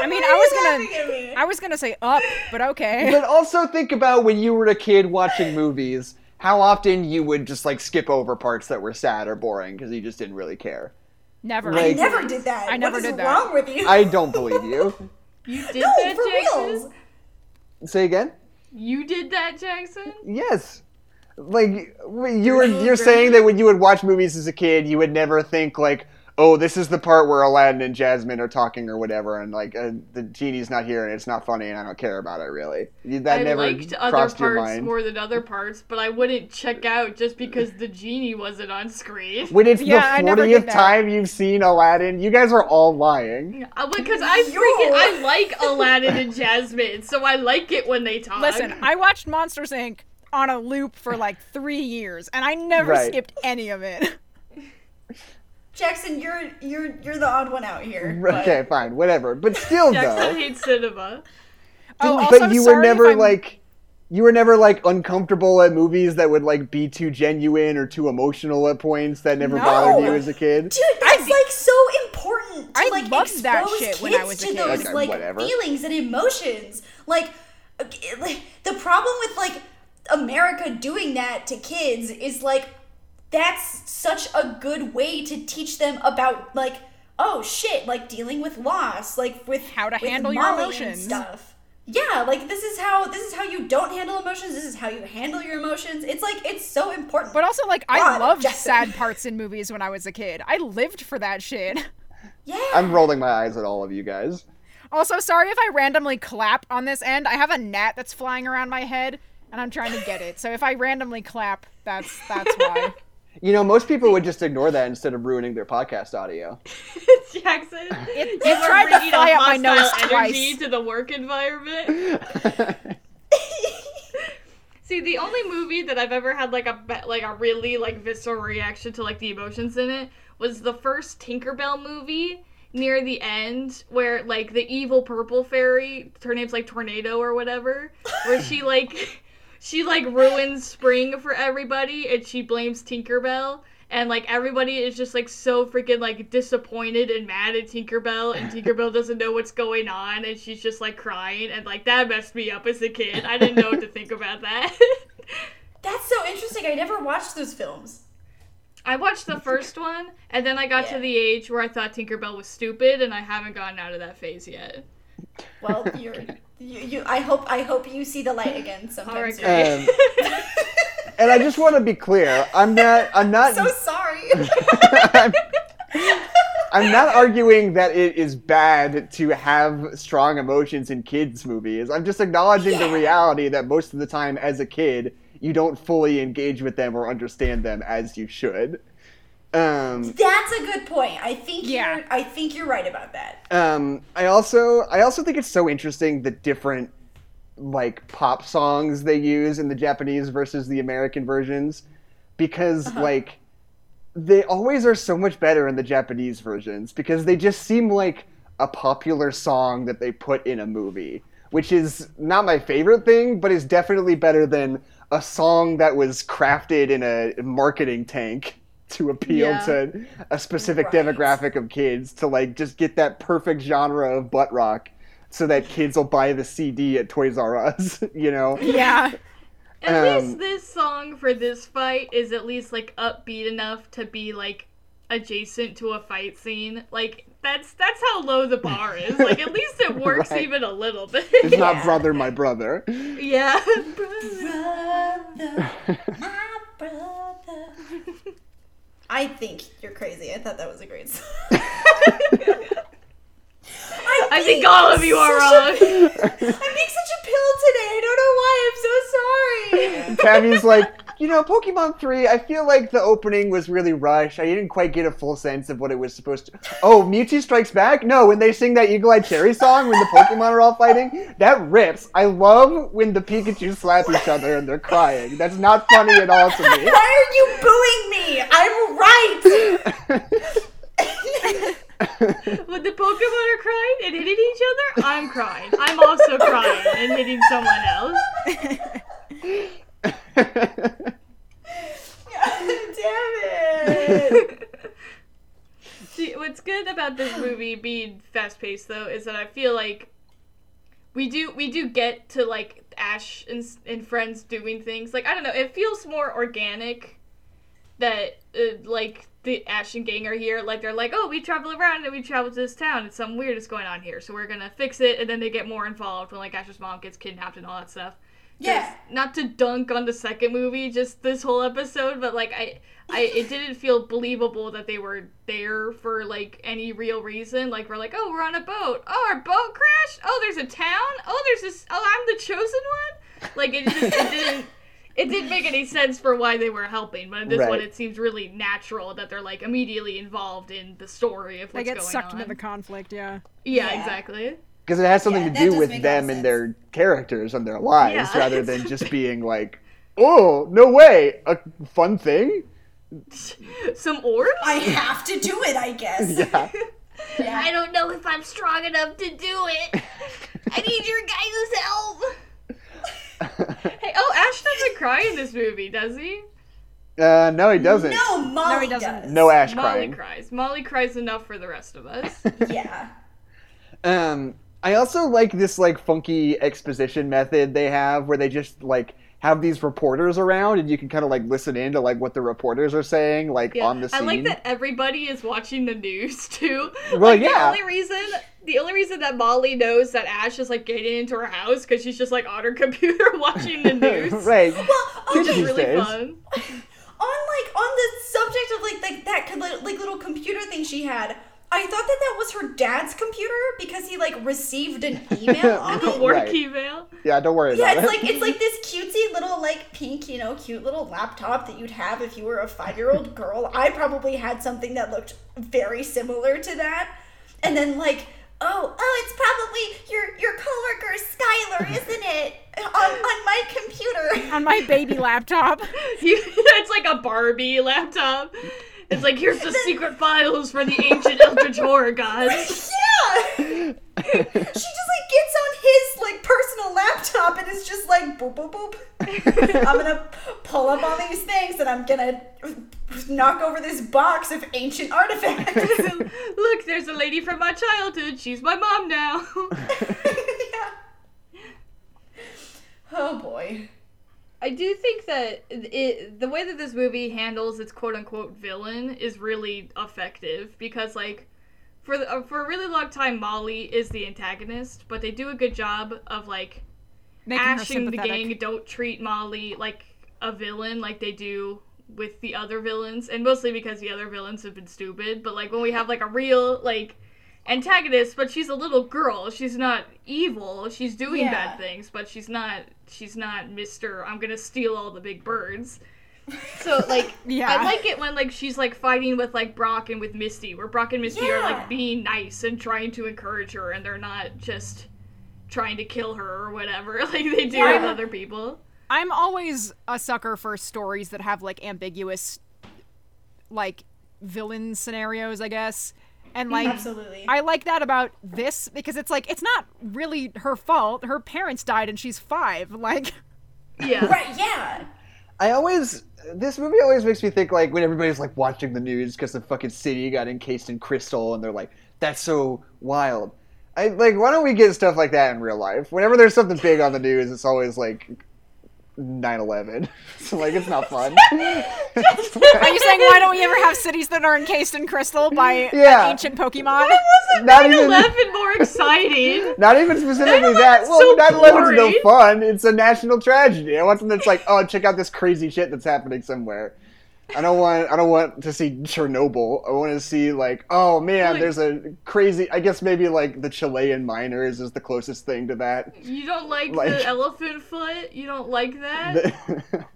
I mean, I was gonna-
gonna.
I was gonna say up, but okay.
but also think about when you were a kid watching movies. How often you would just like skip over parts that were sad or boring because you just didn't really care.
Never.
Like-
never did that.
I never
what is
did that.
wrong with you?
I don't believe you.
you did
no,
that,
for
Jackson.
reals.
Say again.
You did that, Jackson.
Yes. Like you were you're saying that when you would watch movies as a kid, you would never think like, "Oh, this is the part where Aladdin and Jasmine are talking or whatever and like uh, the genie's not here and it's not funny and I don't care about it really." You- That
I
never
liked other
crossed
parts
your mind.
more than other parts, but I wouldn't check out just because the genie wasn't on screen.
When it's
Yeah, I
the
never did
40th
that.
time you've seen Aladdin, you guys are all lying.
Because Uh, I
Yo.
freaking I like Aladdin and Jasmine, so I like it when they talk.
Listen, I watched Monsters Inc. on a loop for like three years, and I never
Right.
skipped any of it.
Jackson, you're you're you're the odd one out here. but-
Okay, fine, whatever. But still though.
Jackson hates cinema.
Oh,
Didn't-
also,
but you
sorry
were
if
never
I'm-
like you were never like uncomfortable at movies that would like be too genuine or too emotional at points that never
No.
bothered you as a kid.
Dude, that's like so important to
I
like expose
loved that
kids
shit when I was a
to
kid.
those
Okay,
like
uh, whatever.
feelings and emotions. Like, okay, like, the problem with like America doing that to kids is like that's such a good way to teach them about like oh shit like dealing with loss like with
How to
with
handle your
mommy and
emotions.
stuff. Yeah, like this is how this is how you don't handle emotions. This is how you handle your emotions. It's like it's so important.
But also, like, I
God,
loved
Jackson.
sad parts in movies when I was a kid. I lived for that shit.
yeah,
I'm rolling my eyes at all of you guys.
Also, sorry if I randomly clap on this end. I have a gnat that's flying around my head, and I'm trying to get it. So if I randomly clap, that's that's why.
You know, most people would just ignore that instead of ruining their podcast audio.
Jackson, it,
it tried to fly up my nose
energy
twice.
to the work environment. See, the only movie that I've ever had like a be- like a really like visceral reaction to like the emotions in it was the first Tinkerbell movie near the end where like the evil purple fairy, her name's like Tornado or whatever, where she like she like ruins spring for everybody and she blames Tinkerbell and like everybody is just like so freaking like disappointed and mad at Tinkerbell and Tinkerbell doesn't know what's going on and she's just like crying and like that messed me up as a kid. I didn't know what to think about that.
That's so interesting. I never watched those films.
I watched the first one and then I got
Yeah.
to the age where I thought Tinkerbell was stupid and I haven't gotten out of that phase yet.
Well, you're you, you I hope I hope you see the light again
All
sometime
right,
soon.
guys.
Um, and I just want to be clear. I'm not. I'm not.
Um,
So sorry.
I'm, I'm not arguing that it is bad to have strong emotions in kids' movies. I'm just acknowledging the
Yeah.
reality that most of the time, as a kid, you don't fully engage with them or understand them as you should. Um,
That's a good point. I think
Yeah.
you're I think you're right about that.
um, I also, I also think it's so interesting the different like pop songs they use in the Japanese versus the American versions because like they always are so much better in the Japanese versions because they just seem like a popular song that they put in a movie, which is not my favorite thing, but is definitely better than a song that was crafted in a marketing tank to appeal
Yeah.
to a specific
Right.
demographic of kids to like just get that perfect genre of butt rock so that kids will buy the CD at Toys R Us, you know?
Yeah.
At
Um,
least this song for this fight is at least like upbeat enough to be like adjacent to a fight scene. Like that's that's how low the bar is. Like at least it works
Right.
even a little
It's
bit.
not
Yeah.
brother, my brother.
yeah.
Brother, my brother. I think you're crazy. I thought that was a great song.
I think all of you are
such a-
wrong.
I'm being such a pill today. I don't know why. I'm so sorry.
Tammy's like, you know, Pokemon 3, I feel like the opening was really rushed. I didn't quite get a full sense of what it was supposed to. Oh, Mewtwo Strikes Back? No, when they sing that Eagle Eye Cherry song when the Pokemon are all fighting, that rips. I love when the Pikachu slap each other and they're crying. That's not funny at all to me.
Why are you booing me? I'm right.
When the Pokemon are crying and hitting each other, I'm crying. I'm also crying and hitting someone else.
Damn it.
See, what's good about this movie being fast paced though is that I feel like we do we do get to like Ash and s- and friends doing things. Like I don't know, it feels more organic that uh, like the Ash and gang are here. Like they're like, oh, we travel around and we travel to this town and something weird is going on here, so we're gonna fix it. And then they get more involved when like Ash's mom gets kidnapped and all that stuff.
Yeah.
Just not to dunk on the second movie, just this whole episode, but like I, I it didn't feel believable that they were there for like any real reason. Like we're like, oh, we're on a boat. Oh, our boat crashed. Oh, there's a town. Oh, there's this. Oh, I'm the chosen one. Like it just it didn't. It didn't make any sense for why they were helping, but in this one
Right.
it seems really natural that they're like immediately involved in the story of
They
what's
get
going
sucked
on.
into the conflict, yeah.
yeah,
Yeah.
exactly.
Because it has something
Yeah,
to
that
do
does
with
make a lot of
them and
sense.
their characters and their lives
Yeah.
rather than just being like, oh, no way, a fun thing?
Some orbs.
I have to do it, I guess.
Yeah.
Yeah.
I don't know if I'm strong enough to do it. I need your guys' help. hey, oh, Ash doesn't cry in this movie, does he?
Uh, no, he doesn't.
No, Molly
he doesn't.
does.
No Ash
Molly
crying.
cries. Molly cries enough for the rest of us.
Yeah.
Um, I also like this like funky exposition method they have where they just like have these reporters around and you can kind of like listen in to like what the reporters are saying like
Yeah.
on the scene.
I like that everybody is watching the news too.
Well,
like, The
yeah.
only reason, the only reason that Molly knows that Ash is like getting into her house because she's just like on her computer watching the news.
right.
Well, okay.
Kids
Which is
these
really
days.
fun.
on like on the subject of like like that could, like little computer thing she had i thought that that was her dad's computer because he like received an email on
The
it
work
Right.
email.
Yeah, don't worry
yeah
about
it's
it.
like it's like this cutesy little like pink you know cute little laptop that you'd have if you were a five year old girl i probably had something that looked very similar to that and then like Oh, oh, it's probably your your coworker Skylar, isn't it? On, on my computer.
On my baby laptop.
it's like a Barbie laptop. It's like here's the secret files for the ancient Eldritch horror gods.
Yeah. she just like gets on his like personal laptop and is just like boop boop boop. I'm gonna pull up all these things and I'm gonna knock over this box of ancient artifacts.
Look, there's a lady from my childhood. She's my mom now.
yeah. Oh boy.
I do think that it, the way that this movie handles its quote unquote villain is really effective because, like, for the, uh, for a really long time, Molly is the antagonist, but they do a good job of like
Making her
ashing the gang.
sympathetic.
Don't treat Molly like a villain, like they do with the other villains, and mostly because the other villains have been stupid. But like when we have like a real like antagonist, but she's a little girl. She's not evil. She's doing
Yeah.
bad things, but she's not. She's not Mister. I'm gonna steal all the big birds. So like,
Yeah.
I like it when like she's like fighting with like Brock and with Misty, where Brock and Misty are
Yeah.
like being nice and trying to encourage her, and they're not just trying to kill her or whatever like they do with
Yeah.
other people.
I'm always a sucker for stories that have like ambiguous, like villain scenarios, I guess. And like,
Mm, Absolutely.
I like that about this because it's like it's not really her fault. Her parents died and she's five. Like,
Yeah.
right, yeah.
I always this movie always makes me think like when everybody's like watching the news because the fucking city got encased in crystal and they're like that's so wild. I like why don't we get stuff like that in real life? Whenever there's something big on the news, it's always like 9/11. so like it's not fun.
are you saying why don't we ever have cities that are encased in crystal by
Yeah.
ancient Pokemon?
not even
Eleven more exciting.
not even specifically that.
9/11's
Well,
so
9/11's no
boring.
fun. It's a national tragedy. I want something that's like, oh, check out this crazy shit that's happening somewhere. I don't want. I don't want to see Chernobyl. I want to see like, oh man,
Like-
there's a crazy. I guess maybe like the Chilean miners is the closest thing to that.
You don't like,
Like-
the elephant foot? You don't like that?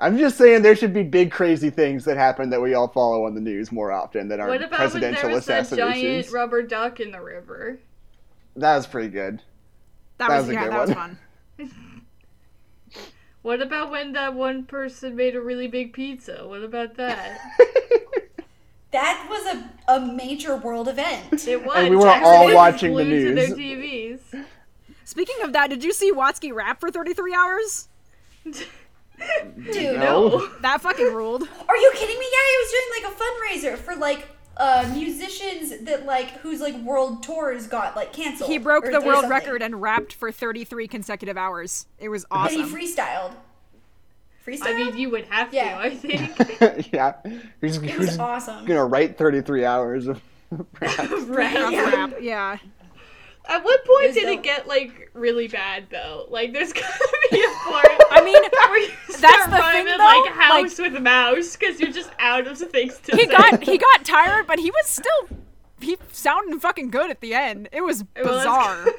I'm just saying there should be big crazy things that happen that we all follow on the news more often that aren't
what about when there
presidential
was that
assassinations.
giant rubber duck in the river?
that was pretty good.
That,
That
was,
was a
yeah,
good
that was
one.
fun.
What about when that one person made a really big pizza? What about that?
That was a, a major world event.
It was.
And we were all
Texans
watching the
glued
news.
To their TVs.
Speaking of that, did you see Watsky rap for 33 hours?
Dude.
Oh.
No.
That fucking ruled.
Are you kidding me? Yeah, he was doing like a fundraiser for like uh, musicians that like whose like world tours got like canceled.
He broke
or-
the
or
world
something.
record and rapped for 33 consecutive hours. It was
And he
awesome.
freestyled. Freestyle?
I mean, you would have to,
Yeah.
I think.
yeah, who's,
it was
who's
awesome.
gonna write 33 hours of rap.
Right?
Rap,
Yeah.
rap, yeah.
At what point
Just
did
don't-
it get like really bad though? Like, there's gotta be a point.
I mean,
where you start
the
rhyming,
thing,
like
though,
house with mouse because you're just out of things to
he
say.
got he got tired, but he was still he sounded fucking good at the end. It was
Well, that's-
bizarre.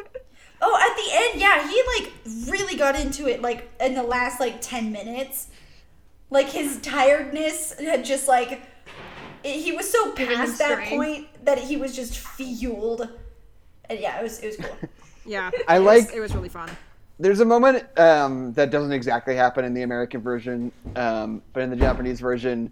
Oh, at the end, yeah, he like really got into it like in the last like 10 minutes. Like his tiredness had just like it, he was so
Given him
past that
strength.
point that he was just fueled. And yeah, it was it was cool.
yeah,
I
it was-
like-
it was really fun.
There's a moment um, that doesn't exactly happen in the American version, um, but in the Japanese version,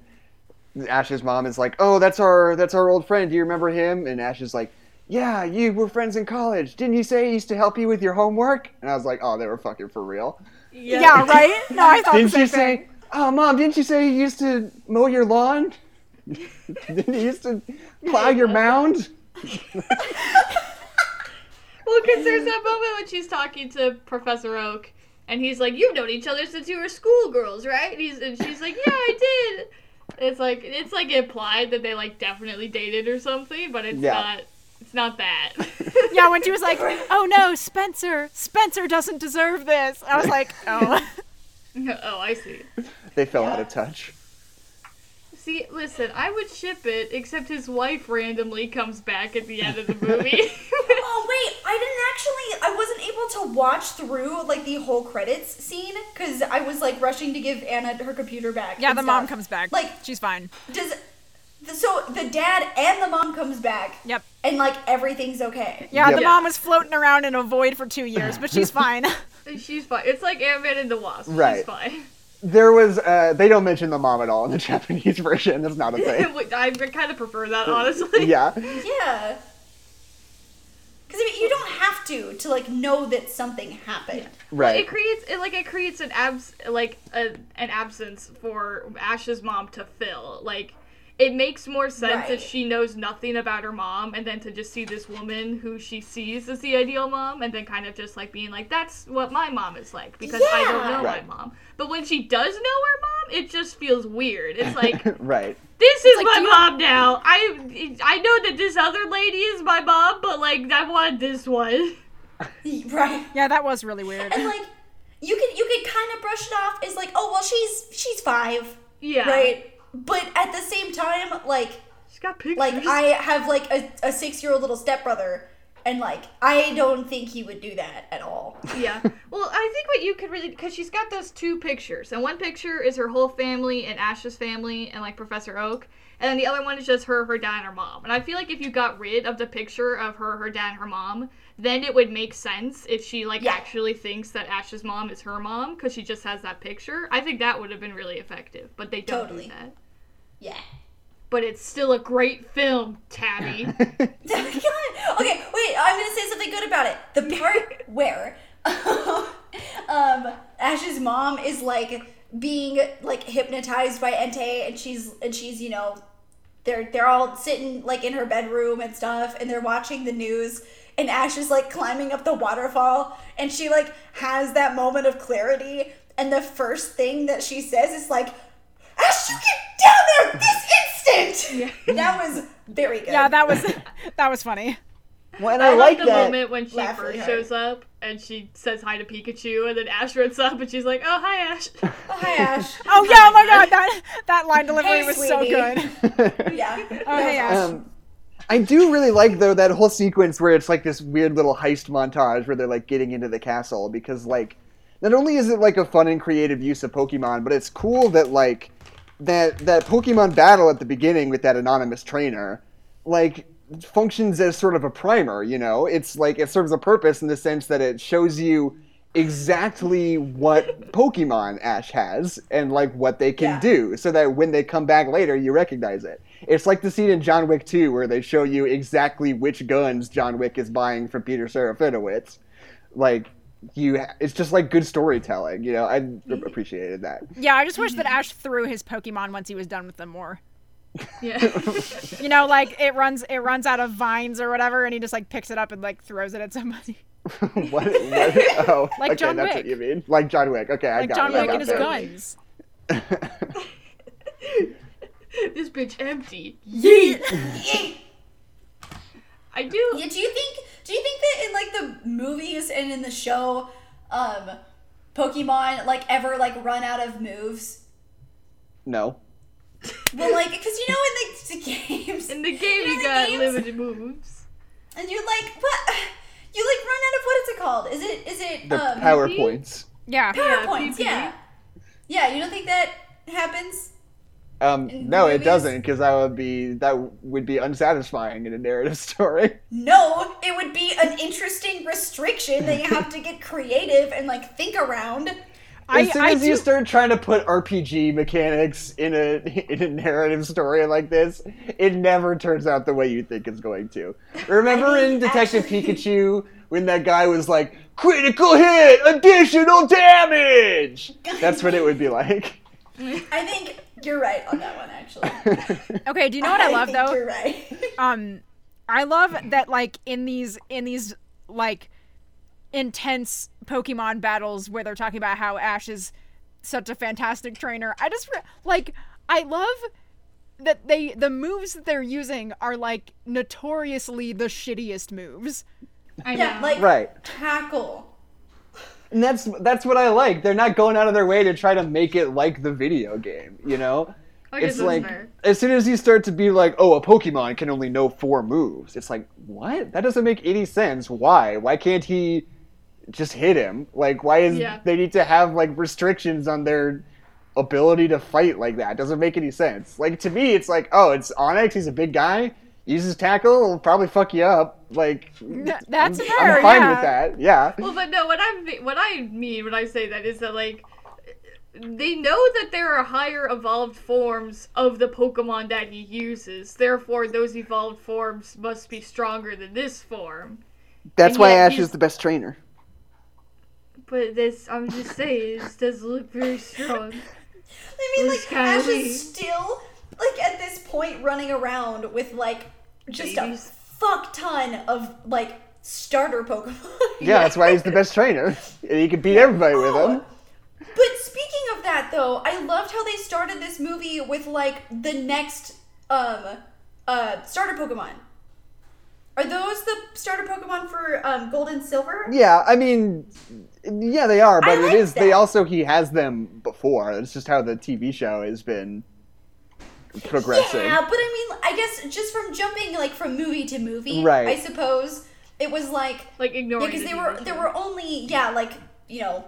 Ash's mom is like, "Oh, that's our that's our old friend. Do you remember him?" And Ash is like, "Yeah, you were friends in college. Didn't you say he used to help you with your homework?" And I was like, "Oh, they were fucking for real."
Yeah, right. No, I thought the
Didn't
same
you
thing.
say, "Oh, mom, didn't you say you used to mow your lawn? didn't you used to plow your mound?"
Well, because there's that moment when she's talking to Professor Oak, and he's like, "You've known each other since you were schoolgirls, right?" And, he's, and she's like, "Yeah, I did." It's like it's like implied that they like definitely dated or something, but it's
Yeah.
not. It's not that.
Yeah, when she was like, "Oh no, Spencer, Spencer doesn't deserve this," I was like, "Oh,
oh, I see.
They fell out of touch.
See, listen, I would ship it, except his wife randomly comes back at the end of the movie.
Oh wait, I didn't actually. I wasn't able to watch through like the whole credits scene because I was like rushing to give Anna her computer back.
yeah."
and
The mom
stuff.
comes back.
Like,
she's fine.
does the, so the dad and the mom comes back.
Yep.
And like everything's okay.
Yeah,
Yep.
the mom was floating around in a void for two years, but she's fine.
She's fine. It's like Ant Man and the Wasp.
Right.
She's fine.
There was uh, they don't mention the mom at all in the Japanese version. That's not a thing.
I kind of prefer that, honestly.
yeah.
Yeah. Because I mean, you don't have to to like know that something happened.
It
Right.
creates it like it creates an abs like a, an absence for Ash's mom to fill. Like it makes more sense
Right.
if she knows nothing about her mom and then to just see this woman who she sees as the ideal mom and then kind of just like being like that's what my mom is like because I don't
Yeah.
know
Right.
my mom. But when she does know her mom, it just feels weird. It's like
right.
this is
like,
my
do you-
mom now. I I know that this other lady is my mom, but like I want this one.
Right.
Yeah, that was really weird.
And like you can you can kind of brush it off as like, oh well, she's she's five,
Yeah.
right? But at the same time, like
She's got pictures.
like I have like a, a six year old little stepbrother, and like I don't think he would do that at all.
yeah. Well, I think what you could really because she's got those two pictures, and one picture is her whole family and Ash's family and like Professor Oak, and then the other one is just her, her dad, and her mom. And I feel like if you got rid of the picture of her, her dad, and her mom, then it would make sense if she like
Yeah.
actually thinks that Ash's mom is her mom because she just has that picture. I think that would have been really effective, but they don't
Totally.
do that.
Yeah.
But it's still a great film, Tabby.
God. Okay, wait, I'm gonna say something good about it. The part where um, Ash's mom is like being like hypnotized by Entei and she's and she's, you know, they're they're all sitting like in her bedroom and stuff and they're watching the news and Ash is like climbing up the waterfall and she like has that moment of clarity and the first thing that she says is like Ash you get down there this instant that was very good
Yeah, that was that was funny.
Well, and
I,
I,
like
like
the
that.
moment when she
Laugh
first
really hard.
shows up and she says hi to Pikachu, and then Ash runs up and she's like, "Oh, hi, Ash."
Oh, hi, Ash.
Oh yeah, oh my god, that that line delivery
Hey,
was so
sweetie.
good.
yeah.
Oh hey Ash.
Um, I do really like though that whole sequence where it's like this weird little heist montage where they're like getting into the castle because like not only is it like a fun and creative use of Pokemon, but it's cool that like that that Pokemon battle at the beginning with that anonymous trainer like functions as sort of a primer, you know? It's like it serves a purpose in the sense that it shows you exactly what Pokemon Ash has and like what they can
Yeah.
do so that when they come back later you recognize it. It's like the scene in John Wick 2 where they show you exactly which guns John Wick is buying from Peter Serafinowicz. Like you it's just like good storytelling, you know. I
Mm-hmm.
appreciated that.
Yeah, I just wish that Ash threw his Pokemon once he was done with them more.
yeah.
You know, like it runs it runs out of vines or whatever, and he just like picks it up and like throws it at somebody.
what, what? Oh,
Like
okay,
John
that's
Wick.
what you mean. Like John Wick. Okay, I
Like
got
John
it. I
Wick and his
got
guns.
it.
this bitch empty.
Yeet.
I do.
Yeah, do you think do you think that in like the movies and in the show, um, Pokemon like ever like run out of moves?
no.
Well, like because you know in the, the games
In the game,
in
you
the
got
games,
limited moves.
and you're like what? You like run out of what is it called? Is it is it
The
um,
PowerPoints.
Yeah.
Yeah,
PowerPoints?
PPE.
Yeah, yeah. You don't think that happens?
Um,
in
no, it
movies?
doesn't, because that would be that would be unsatisfying in a narrative story.
No, it would be an interesting restriction that you have to get creative and like think around.
I,
as soon
I
as you
do,
start trying to put RPG mechanics in a in a narrative story like this, it never turns out the way you think it's going to. Remember
I mean,
in Detective
actually-
Pikachu when that guy was like, "Critical hit, additional damage." That's what it would be like.
I think you're right on that one, actually.
okay, do you know what I love
think
though?
You're right.
um i love that like in these in these like intense pokemon battles where they're talking about how ash is such a fantastic trainer i just re- like i love that they the moves that they're using are like notoriously the shittiest moves
I know.
yeah, like
Right.
tackle.
And that's that's what I like. They're not going out of their way to try to make it like the video game, you know?
I guess
It's
that's
like
fair.
as soon as you start to be like, "Oh, a Pokemon can only know four moves." It's like, "What? That doesn't make any sense. Why? Why can't he just hit him? Like why is
Yeah.
they need to have like restrictions on their ability to fight like that? doesn't make any sense. Like to me, it's like, "Oh, it's Onyx, he's a big guy. Uses tackle, will probably fuck you up." Like
that's
I'm,
fair
I'm fine
yeah.
with that. Yeah.
Well, but no, what I me- what I mean when I say that is that like they know that there are higher evolved forms of the Pokemon that he uses. Therefore, those evolved forms must be stronger than this form.
That's
And
why
yet
Ash
he's-
is the best trainer.
But this, I'm just saying, this does look very strong.
I mean,
It was
like
kinda
Ash
weird.
is still like at this point running around with like just a
Babies.
fuck ton of like starter Pokemon.
Yeah, that's why he's the best trainer. And he can beat everybody with him.
But speaking of that, though, I loved how they started this movie with like the next um uh starter Pokemon. Are those the starter Pokemon for um, Gold and Silver?
Yeah, I mean, yeah, they are, but
liked
it is. They
that.
also he has them before. It's just how the TV show has been progressing.
Yeah, but I mean, I guess just from jumping like from movie to movie,
Right.
I suppose it was like
Like
Yeah,
ignoring.
because
the
there were
TV
there
show.
were only yeah like you know,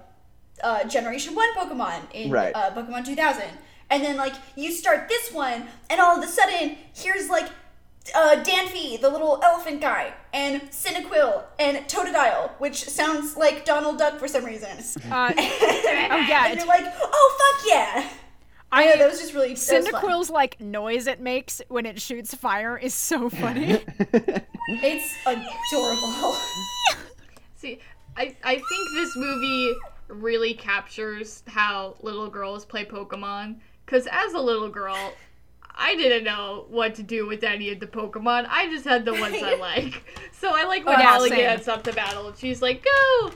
uh, Generation One Pokemon in
Right.
uh, Pokemon Two Thousand, and then like you start this one, and all of a sudden here's like uh, Danphy, the little elephant guy, and Cyndaquil and Totodile, which sounds like Donald Duck for some reason.
Uh,
oh
yeah,
and
it's-
you're like, oh fuck yeah!
I
Yeah, that was just really that was fun.
Cyndaquil's like noise it makes when it shoots fire is so funny.
It's adorable.
See, I, I think this movie really captures how little girls play Pokemon. Because as a little girl, I didn't know what to do with any of the Pokemon. I just had the ones I like. So I like when
Oh, yeah,
Holly
same.
gets up to battle and she's like, go!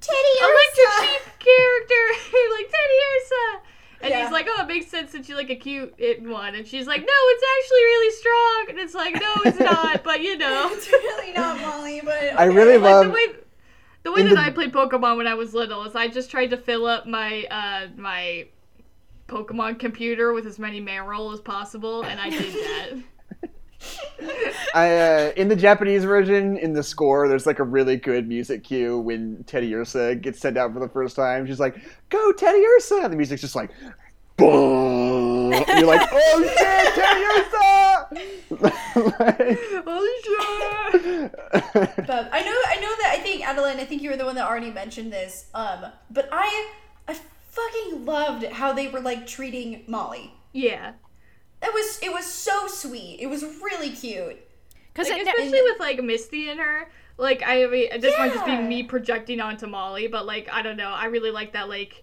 Teddy
Electric
Ursa.
Sheep character! like, Teddy Ursa! And
Yeah.
he's like, oh, it makes sense that you like a cute it one. And she's like, no, it's actually really strong. And it's like, no, it's not, but you know.
It's really not Molly, but
I really
Like
love.
the way, the way
in
that
the-
I played Pokemon when I was little is I just tried to fill up my uh, my Pokemon computer with as many Meryl as possible, and I did that.
I, uh, in the Japanese version, in the score, there's like a really good music cue when Teddy Ursa gets sent out for the first time. She's like, "Go, Teddy Ursa!" And the music's just like, boom. And You're like, "Oh shit, Teddy Ursa!"
Holy shit!
Like-
But I know, I know that I think Adeline, I think you were the one that already mentioned this. Um, but I, I fucking loved how they were like treating Molly.
Yeah,
That was it was so sweet. It was really cute.
Because
like,
it, ne-
especially with like Misty and her. Like I mean, this might just be
Yeah.
me projecting onto Molly, but like I don't know, I really like that like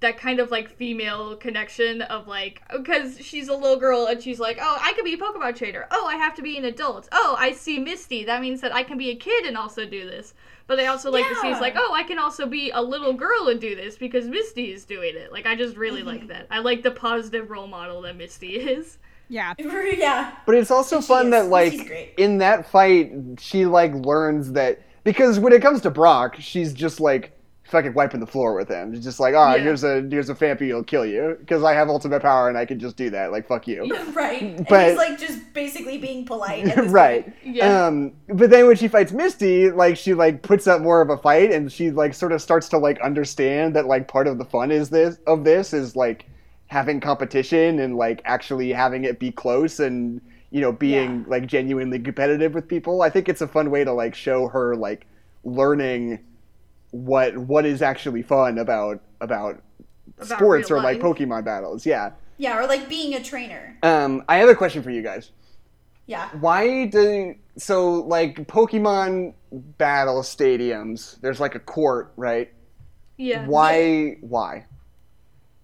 that kind of like female connection of like because she's a little girl and she's like oh i can be a pokemon trainer oh i have to be an adult oh i see misty that means that i can be a kid and also do this but i also like to see it's
Yeah.
like oh i can also be a little girl and do this because misty is doing it like i just really
Mm-hmm.
like that i like the positive role model that misty is
yeah,
yeah,
But it's also fun
is-
that
she's
like
great.
in that fight, she like learns that because when it comes to Brock, she's just like fucking wiping the floor with him. She's just like, ah,
Yeah.
here's a here's a fampy, he'll kill you because I have ultimate power and I can just do that. Like fuck you.
right. And
But-
he's like just basically being polite. at this
right.
Yeah.
Um, but then when she fights Misty, like she like puts up more of a fight, and she like sort of starts to like understand that like part of the fun is this of this is like having competition and like actually having it be close and you know being like genuinely competitive with people. I think it's a fun way to like show her like learning what what is actually fun about about,
About
sports or
real
like
life.
Pokemon battles. Yeah.
point. Yeah, or like being a trainer.
Um, I have a question for you guys
Yeah.
why do so like Pokemon battle stadiums? There's like a court, right?
yeah
Why? Why?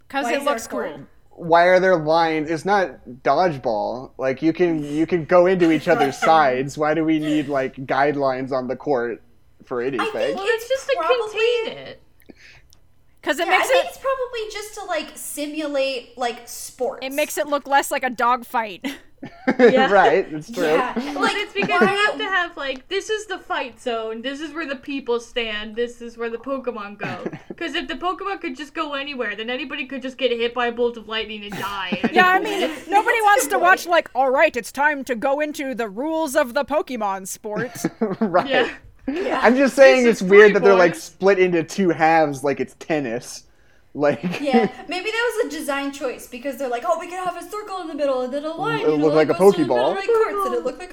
because
Why
it
is there
looks
a court?
cool.
Why are there lines? It's not dodgeball. Like you can you can go into each other's sides. Why do we need like guidelines on the court for anything?
well it's,
It's
just to
probably-
contain it
Because it
Yeah, I
makes
think
it
it's probably just to like simulate like sports.
it makes it look less like a dog fight.
yeah.
right, it's true.
yeah, like
But it's because
why-
you have to have like this is the fight zone. This is where the people stand. This is where the Pokemon go. Because if the Pokemon could just go anywhere, then anybody could just get hit by a bolt of lightning and die. And
yeah, I mean nobody wants to watch like all right, it's time to go into the rules of the Pokemon sport.
right.
yeah,
I'm just saying
This
it's
is three
weird that they're like
boys.
split into two halves, like it's tennis. Like
Yeah, maybe that was a design choice because they're like, oh, we could have a circle in the middle and then a line.
It'll
and
look
line
like a
goes through the middle
Pokeball.
Like courts, and it looked like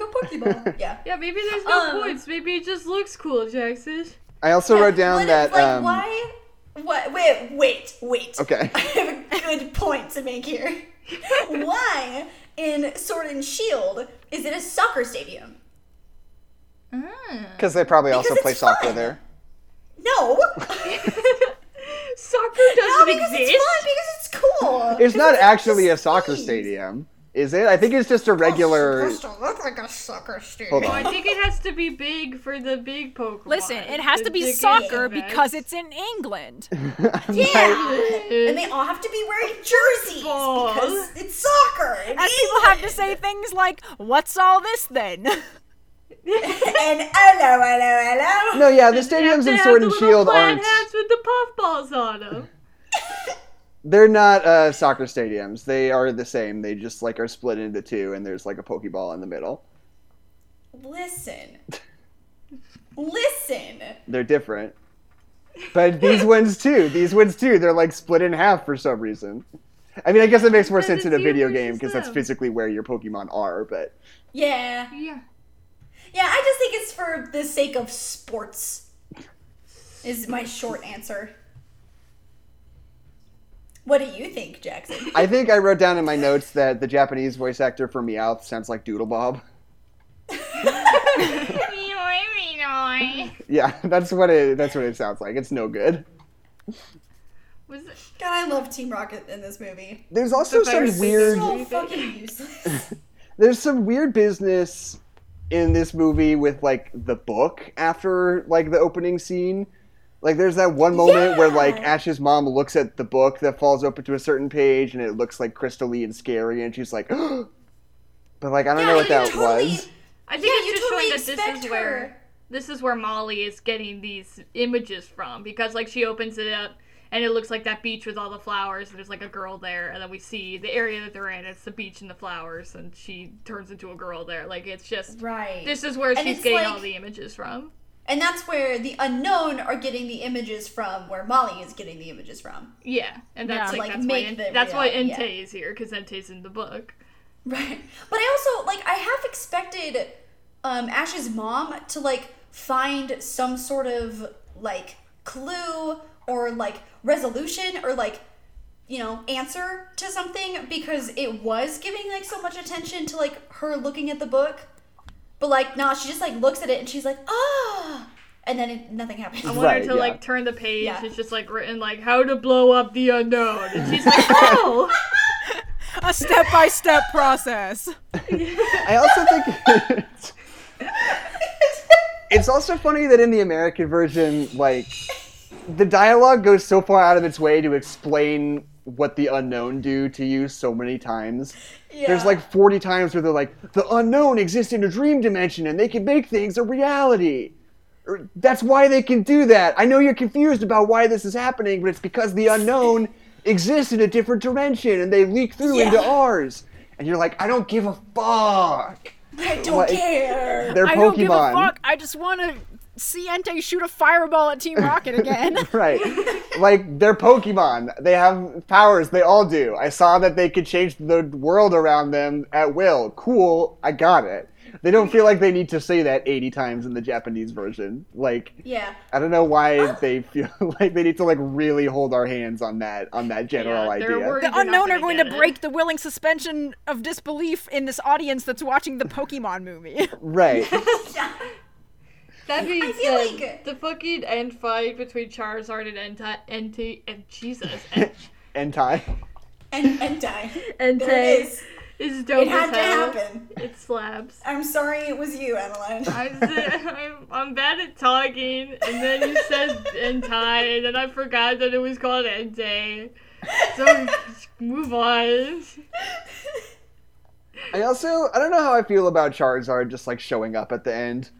a Pokeball. Yeah.
yeah. Maybe there's no
Um,
points. Maybe it just looks cool, Jackson.
I also wrote down
What if-
that.
like,
um,
why? What? Wait, wait, wait.
Okay.
I have a good point to make here. why in Sword and Shield is it a soccer stadium?
Because they probably also
Because
play
it's
soccer
fun.
there.
No, no, because
Soccer doesn't exist.
it's fun. Because it's cool.
It's not
Because
actually a
just
soccer
fun.
stadium, is it? I think it's just a regular.
It's supposed to look like a soccer stadium.
Hold
I
on.
think it has to be big for the big Pokemon.
Listen, it has to be
The
soccer
dickhead.
because it's in England.
Yeah, and they all have to be wearing jerseys
Ball.
because it's soccer. And,
And people have to say things like, "What's all this then?"
and hello, hello, hello.
No, yeah, the
They have
stadiums
to
in
have
Sword
the
and
little
Shield
plaid
aren't.
hats with the puffballs on them.
They're not uh, soccer stadiums. They are the same. They just like are split into two, and there's like a pokeball in the middle.
Listen, listen.
They're different. But these ones too. These ones too. They're like split in half for some reason. I mean, I guess it makes more
Because
sense in
it's
a
you
video
versus
game because that's
them.
physically where your Pokemon are. But
Yeah,
Yeah.
yeah. I just think it's for the sake of sports. Is my short answer. What do you think, Jackson?
I think I wrote down in my notes that the Japanese voice actor for Meowth sounds like Doodle Bob. Yeah, that's what it. That's what it sounds like. It's no good.
Was it,
God, I love Team Rocket in this movie.
There's also
The
some
virus.
weird.
So fucking useless.
There's some weird business in this movie with like the book after like the opening scene. Like there's that one moment where like
Yeah.
Ash's mom looks at the book that falls open to a certain page and it looks like crystally and scary and she's like, but like I don't know what
Yeah, you
that
totally-
was.
I think
Yeah,
it's
you
just
totally
showing that this
expect
is
her.
where this is where Molly is getting these images from because like she opens it up and it looks like that beach with all the flowers and there's like a girl there and then we see the area that they're in it's the beach and the flowers and she turns into a girl there like it's just
Right.
this is where
And
she's
it's
getting
like-
all the images from.
And that's where the unknown are getting the images from, where Molly is getting the images from.
Yeah, and that's
Yeah.
like,
Like,
that's
make
why
the
En- that's why
reality,
Entei is here because Entei's in the book.
Right. But I also, like, I have expected um, Ash's mom to, like, find some sort of, like, clue or, like, resolution or, like, you know, answer to something because it was giving, like, so much attention to, like, her looking at the book. But, like, nah, she just, like, looks at it and she's like, ah! And then it, nothing happens.
I want her
Right,
to
yeah.
like turn the page.
Yeah.
It's just like written like how to blow up the unknown, and she's like, oh,
A step-by-step process.
I also think it's, it's also funny that in the American version, like the dialogue goes so far out of its way to explain what the unknown do to you so many times. There's
Yeah.
like 40 times where they're like, the unknown exists in a dream dimension and they can make things a reality. Or, That's why they can do that. I know you're confused about why this is happening, but it's because the unknown exists in a different dimension and they leak through into ours. And you're like, I don't give a fuck.
I don't
Like-
care.
They're
I
Pokemon.
don't give a fuck. I just want to see Entei shoot a fireball at Team Rocket again.
Right. like, they're Pokemon. They have powers. They all do. I saw that they could change the world around them at will. Cool. I got it. They don't feel like they need to say that 80 times in the Japanese version. Like,
Yeah.
I don't know why they feel like they need to like really hold our hands on that on that general
Yeah, they're
idea.
worried
the
you're not
unknown
gonna
are going
get
to
it.
break the willing suspension of disbelief in this audience that's watching the Pokemon movie.
Right.
That being
feel
said,
like-
the fucking end fight between Charizard and Entei, Entei, and Jesus, En-
Entai.
And, and die. There it
Entei
is.
is
It
dope
had
as
to
hell.
happen.
It slaps.
I'm sorry it was you, Adeline.
I'm, I'm, I'm bad at talking, and then you said Entei, and then I forgot that it was called Entei. So move on.
I also I don't know how I feel about Charizard just like showing up at the end.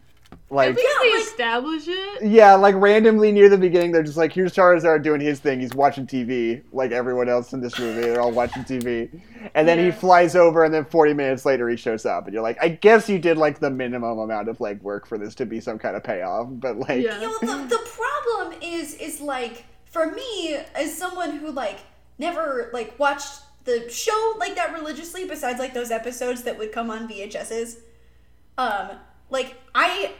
Like
They establish it.
yeah, like randomly near the beginning they're just like here's Charizard doing his thing. He's watching TV like everyone else in this movie. They're all watching TV. And then he
Yeah.
flies over and then 40 minutes later he shows up and you're like I guess you did like the minimum amount of like work for this to be some kind of payoff, but like
Yeah.
you know, the, the problem is, is like, for me, as someone who, like, never, like, watched the show like that religiously, besides, like, those episodes that would come on VHSs, um, like, I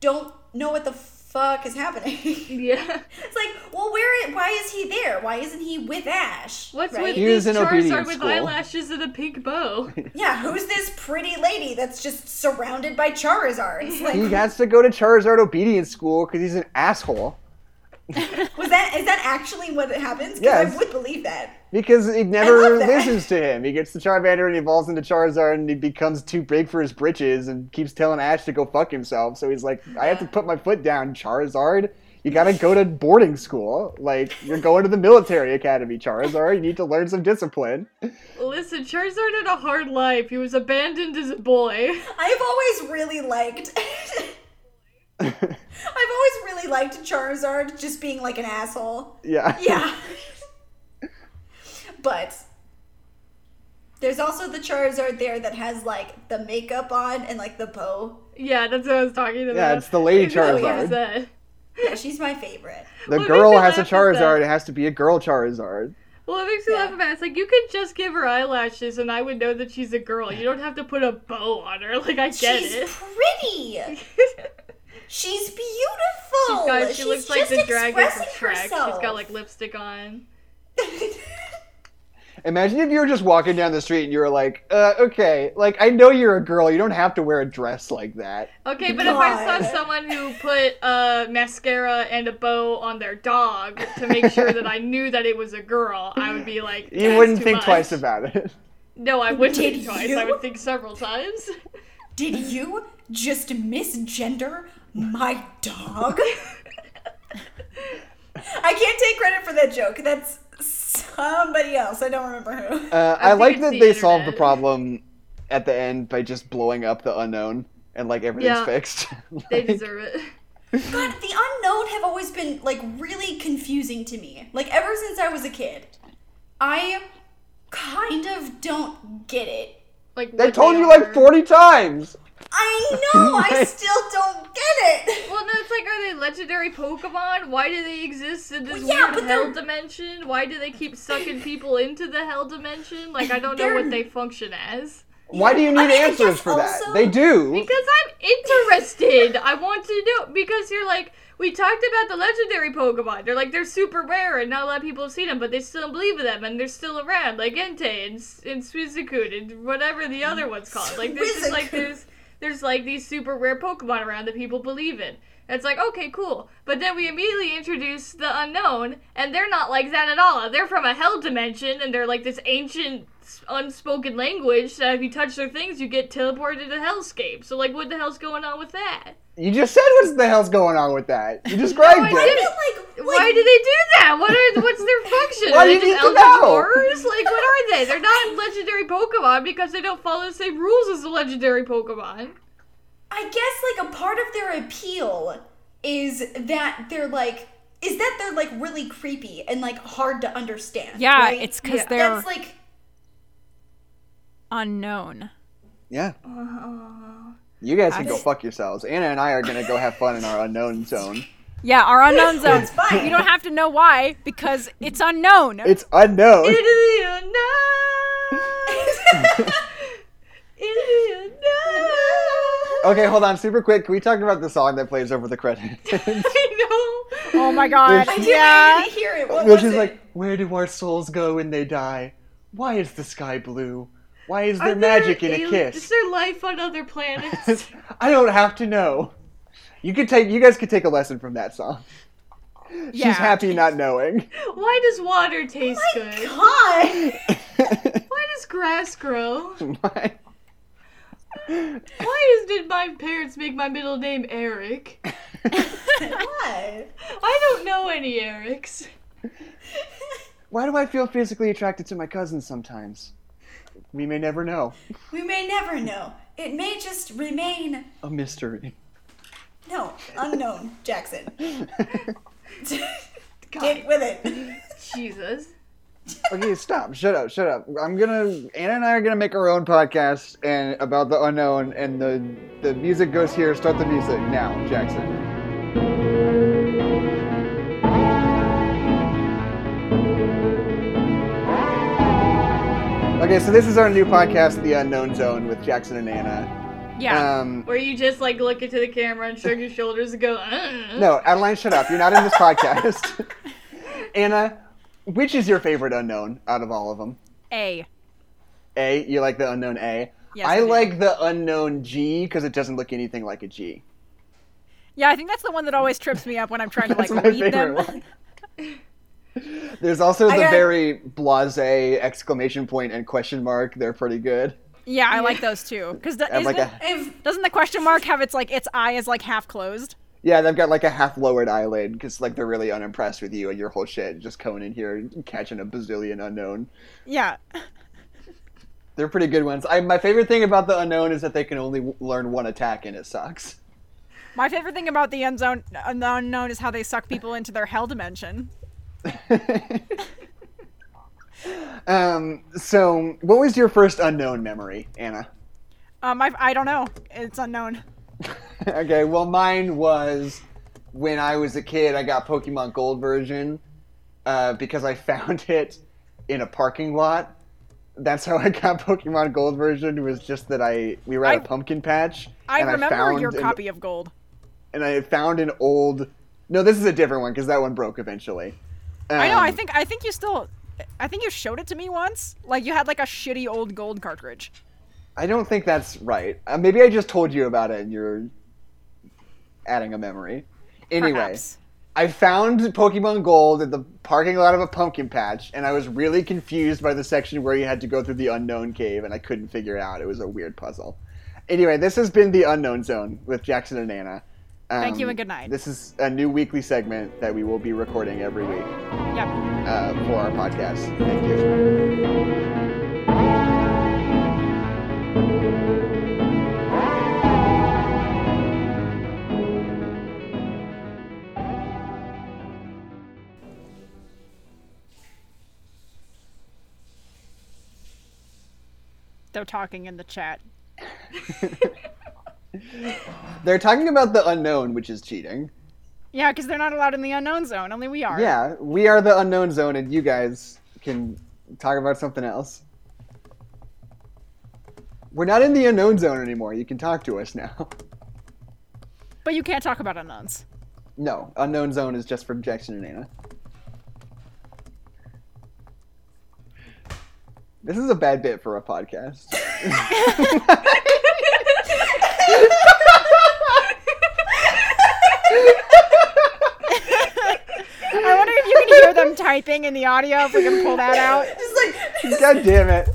don't know what the fuck is happening? it's
Yeah.
like, well, where? Why is he there? Why isn't he with Ash?
What's
right?
with
He was
these
in
Charizard
obedience
with
school.
eyelashes and a pink bow?
Yeah, who's this pretty lady that's just surrounded by Charizards?
He
Like,
has to go to Charizard obedience school because he's an asshole.
was that is that actually what happens? Because
Yes.
I would believe that.
Because it never
love that.
listens to him. He gets the Charmander and evolves into Charizard and he becomes too big for his britches and keeps telling Ash to go fuck himself. So he's like, I have to put my foot down, Charizard. You gotta go to boarding school. Like, you're going to the military academy, Charizard. You need to learn some discipline.
Listen, Charizard had a hard life. He was abandoned as a boy.
I've always really liked. I've always really liked Charizard just being like an asshole.
Yeah.
Yeah. but there's also the Charizard there that has like the makeup on and like the bow.
Yeah, that's what I was talking about.
it's the lady
Exactly what I
Charizard.
said.
Yeah, she's my favorite.
The
What
girl
makes me
has a
laugh is that-
Charizard. It has to be a girl Charizard.
Well, it makes me
Yeah.
laugh about it. It's like, you could just give her eyelashes and I would know that she's a girl. You don't have to put a bow on her. Like, I get
she's
it.
pretty. She's beautiful.
She's got, she looks like
just
the dragon from
expressing
Shrek. She's
herself.
got, like, lipstick on.
Imagine if you were just walking down the street and you were like, uh, okay, like, I know you're a girl. You don't have to wear a dress like that.
Okay, but if I saw
God.
someone who put uh, mascara and a bow on their dog to make sure that I knew that it was a girl, I would be like,
You
"That's
wouldn't
too
think
much."
twice about it.
No, I wouldn't
Did
think twice. I
you?
would think several times.
Did you just misgender my dog? I can't take credit for that joke. That's somebody else. I don't remember who.
Uh,
I
I,
think
like
it's
that
the
they solved the
internet.
problem at the end by just blowing up the unknown and like everything's
Yeah.
fixed.
They
Like,
deserve it.
God, the unknown have always been like really confusing to me. Like ever since I was a kid, I kind of don't get it.
Like
they
what
told
they
you
are.
like 40 times.
I know. I still don't get it.
Well, no, it's like, are they legendary Pokemon? Why do they exist in this
Well, yeah,
weird
but
hell
they're-
dimension? Why do they keep sucking people into the hell dimension? Like, I don't know
They're-
what they function as.
Why do you need
I mean, I
answers
guess
for that?
also-
They do.
Because I'm interested. I want to know because you're like we talked about the legendary Pokemon. They're like they're super rare and not a lot of people have seen them, but they still believe in them and they're still around, like Entei and S- and Suizukun and whatever the other one's called. Like there's just
Suizukun.
like there's there's like these super rare Pokemon around that people believe in. It's like okay, cool, but then we immediately introduce the unknown, and they're not like that at all. They're from a hell dimension, and they're like this ancient s- unspoken language that if you touch their things, you get teleported to hellscape. So like, what the hell's going on with that?
You just said what the hell's going on with that. You described
I
it.
didn't.
Like, like
Why do they do that? What are what's their function?
Why
are
do
they
you
just
need to
Eldritch
know?
Horrors? Like what are they? They're not legendary Pokemon because they don't follow the same rules as the legendary Pokemon.
I guess like a part of their appeal is that they're like is that they're like really creepy and like hard to understand.
Yeah,
right?
it's 'cause
Yeah.
they're
that's like
unknown.
Yeah.
Uh-huh.
You guys can
I-
go fuck yourselves. Anna and I are gonna go have fun in our unknown zone.
Yeah, our unknown zones.
fine.
You don't have to know why because it's unknown.
It's unknown.
Into the unknown. Into the unknown.
Okay, hold on, super quick. Can we talk about the song that plays over the credits?
I know.
oh my god.
There's-
I didn't
yeah.
even hear it. What
Which
was
is
it?
like, where do our souls go when they die? Why is the sky blue? Why is there
Are
magic in a
al- Is
kiss?
there life on other planets?
I don't have to know. You could take you guys could take a lesson from that song.
yeah.
She's happy not knowing.
Why does water taste good?
God.
Why does grass grow?
My-
Why is, did my parents make my middle name Eric?
Why?
I don't know any Erics.
Why do I feel physically attracted to my cousin sometimes? We may never know.
We may never know. It may just remain
A mystery.
no, unknown, Jackson. Get with it.
Jesus.
Okay, stop. Shut up. Shut up. I'm gonna. Anna and I are gonna make our own podcast and about the unknown. And the the music goes here. Start the music now, Jackson. Okay, so this is our new podcast, The Unknown Zone, with Jackson and Anna.
Yeah.
Um,
Where you just like look into the camera and shrug your shoulders and go, uh
no, Adeline, shut up. You're not in this podcast. Anna, which is your favorite unknown out of all of them?
a.
A. You like the unknown A.
Yes,
I
I do.
like the unknown G because it doesn't look anything like a G.
Yeah, I think that's the one that always trips me up when I'm trying to like
That's my
read them.
favorite one. There's also the
got-
very blasé exclamation point and question mark. They're pretty good.
Yeah, I like those too. Because
And like a
If
doesn't the question mark have its like its eye is like half closed?
yeah, they've got like a half lowered eyelid because like they're really unimpressed with you and your whole shit. Just coming in here catching a bazillion unknown.
Yeah.
They're pretty good ones. I, my favorite thing about the unknown is that they can only w- learn one attack and it sucks.
My favorite thing about the unknown, the unknown is how they suck people into their hell dimension.
um, so, what was your first unknown memory, Anna?
Um, I, I don't know. It's unknown.
okay, well, mine was when I was a kid, I got Pokemon Gold version uh, because I found it in a parking lot. That's how I got Pokemon Gold version. Was just that I we were at a
I-
pumpkin patch.
I
and
remember
found
your
an-
copy of Gold.
and I found an old. No, this is a different one because that one broke eventually.
I know. I
Um,
think I think you still, I think you showed it to me once. Like you had like a shitty old Gold cartridge.
I don't think that's right. Uh, maybe I just told you about it and you're adding a memory. Anyway,
Perhaps.
I found Pokemon Gold at the parking lot of a pumpkin patch, and I was really confused by the section where you had to go through the unknown cave, and I couldn't figure it out. It was a weird puzzle. Anyway, this has been the Unknown Zone with Jackson and Anna. Um,
Thank you and good night.
This is a new weekly segment that we will be recording every week
Yep.
uh, for our podcast. Thank you.
They're talking in the chat.
They're talking about the unknown, which is cheating.
Yeah, because they're not allowed in the unknown zone. Only we are.
Yeah, we are the unknown zone, and you guys can talk about something else. We're not in the unknown zone anymore. You can talk to us now.
But you can't talk about unknowns.
No, unknown zone is just for Jackson and Anna. This is a bad bit for a podcast.
I wonder if you can hear them typing in the audio. If we can pull that out.
just like
God damn it.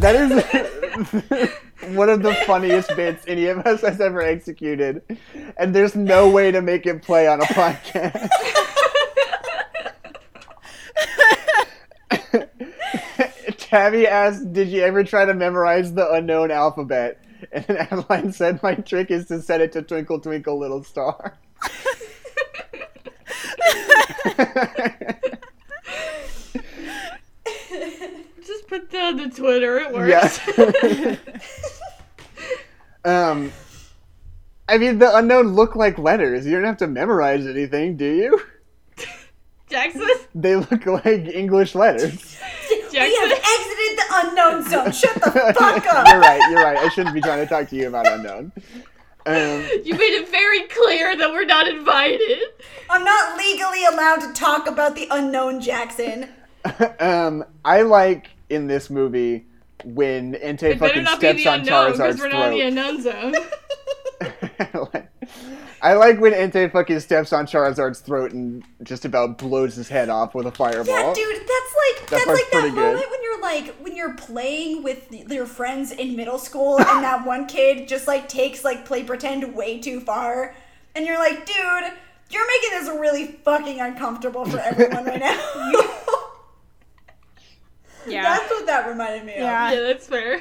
That is one of the funniest bits any of us has ever executed. And there's no way to make it play on a podcast. Tabby asked, Did you ever try to memorize the unknown alphabet? And Adeline said, My trick is to set it to Twinkle Twinkle Little Star.
Just put that on the Twitter. It works.
Yeah. um, I mean, the unknown look like letters. You don't have to memorize anything, do you?
Jackson.
They look like English letters.
we have
Jackson.
exited the unknown zone. Shut the fuck
you're
up.
right. You're right. I shouldn't be trying to talk to you about unknown. Um,
You made it very clear that we're not invited.
I'm not legally allowed to talk about the unknown Jackson.
um, I like in this movie when Entei
It better
fucking
not be
steps
the
on
unknown because
Charizard's
we're not in the
throat.
unknown zone.
I like when Entei fucking steps on Charizard's throat and just about blows his head off with a fireball.
Yeah, dude, that's like that's,
part's
like that
pretty good.
moment when you're like when you're playing with your friends in middle school and that one kid just like takes like play pretend way too far, and you're like, dude, you're making this really fucking uncomfortable for everyone right now.
Yeah.
that's what that reminded me of.
Yeah.
yeah, that's fair.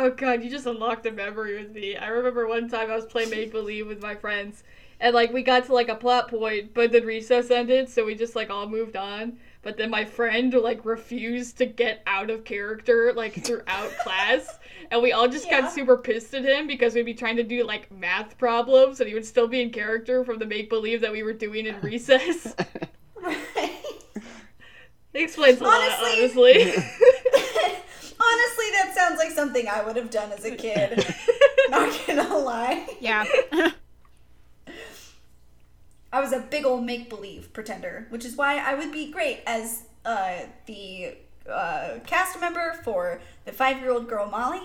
Oh god, you just unlocked a memory with me. I remember one time I was playing make believe with my friends, and like we got to like a plot point, but then recess ended, so we just like all moved on. But then my friend like refused to get out of character like throughout class, and we all just
Yeah.
got super pissed at him because we'd be trying to do like math problems, and he would still be in character from the make believe that we were doing in recess. It explains a lot,
Honestly-
honestly.
Honestly, that sounds sounds like something I would have done as a kid. Not gonna lie.
Yeah.
I was a big old make believe pretender, which is why I would be great as uh, the uh, cast member for the five year old girl Molly.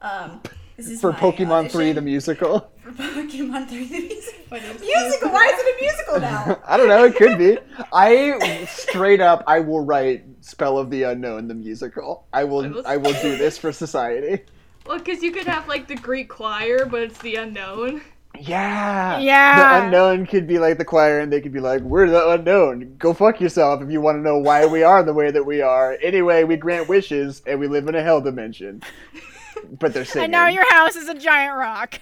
Um, this is
for
my
Pokemon Three
audition
the musical.
For Pokemon 3 the musical. musical? Why is it a musical now?
I don't know. It could be. I straight up, I will write "Spell of the Unknown" the musical. I will. I will do this for society.
Well, because you could have like the Greek choir, but it's the unknown.
Yeah.
Yeah.
The unknown could be like the choir, and they could be like, "We're the unknown. Go fuck yourself if you want to know why we are the way that we are." Anyway, we grant wishes, and we live in a hell dimension. But they're singing.
and now your house is a giant rock.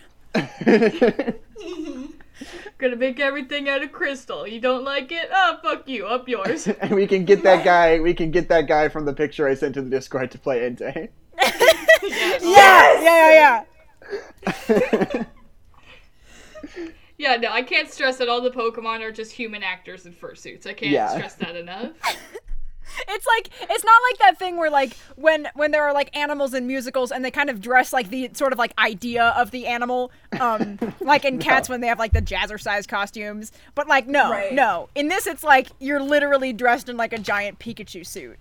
Gonna make everything out of crystal. You don't like it? Oh, fuck you. Up yours.
and we can get that guy. We can get that guy from the picture I sent to the Discord to play Entei.
Yes! Yeah, yeah, yeah.
yeah, no, I can't stress that all the Pokemon are just human actors in fursuits. I can't
Yeah.
stress that enough.
It's like it's not like that thing where like when when there are like animals in musicals and they kind of dress like the sort of like idea of the animal, um, like in cats when they have like the jazzercise costumes. But like no,
Right.
no. In this, it's like you're literally dressed in like a giant Pikachu suit.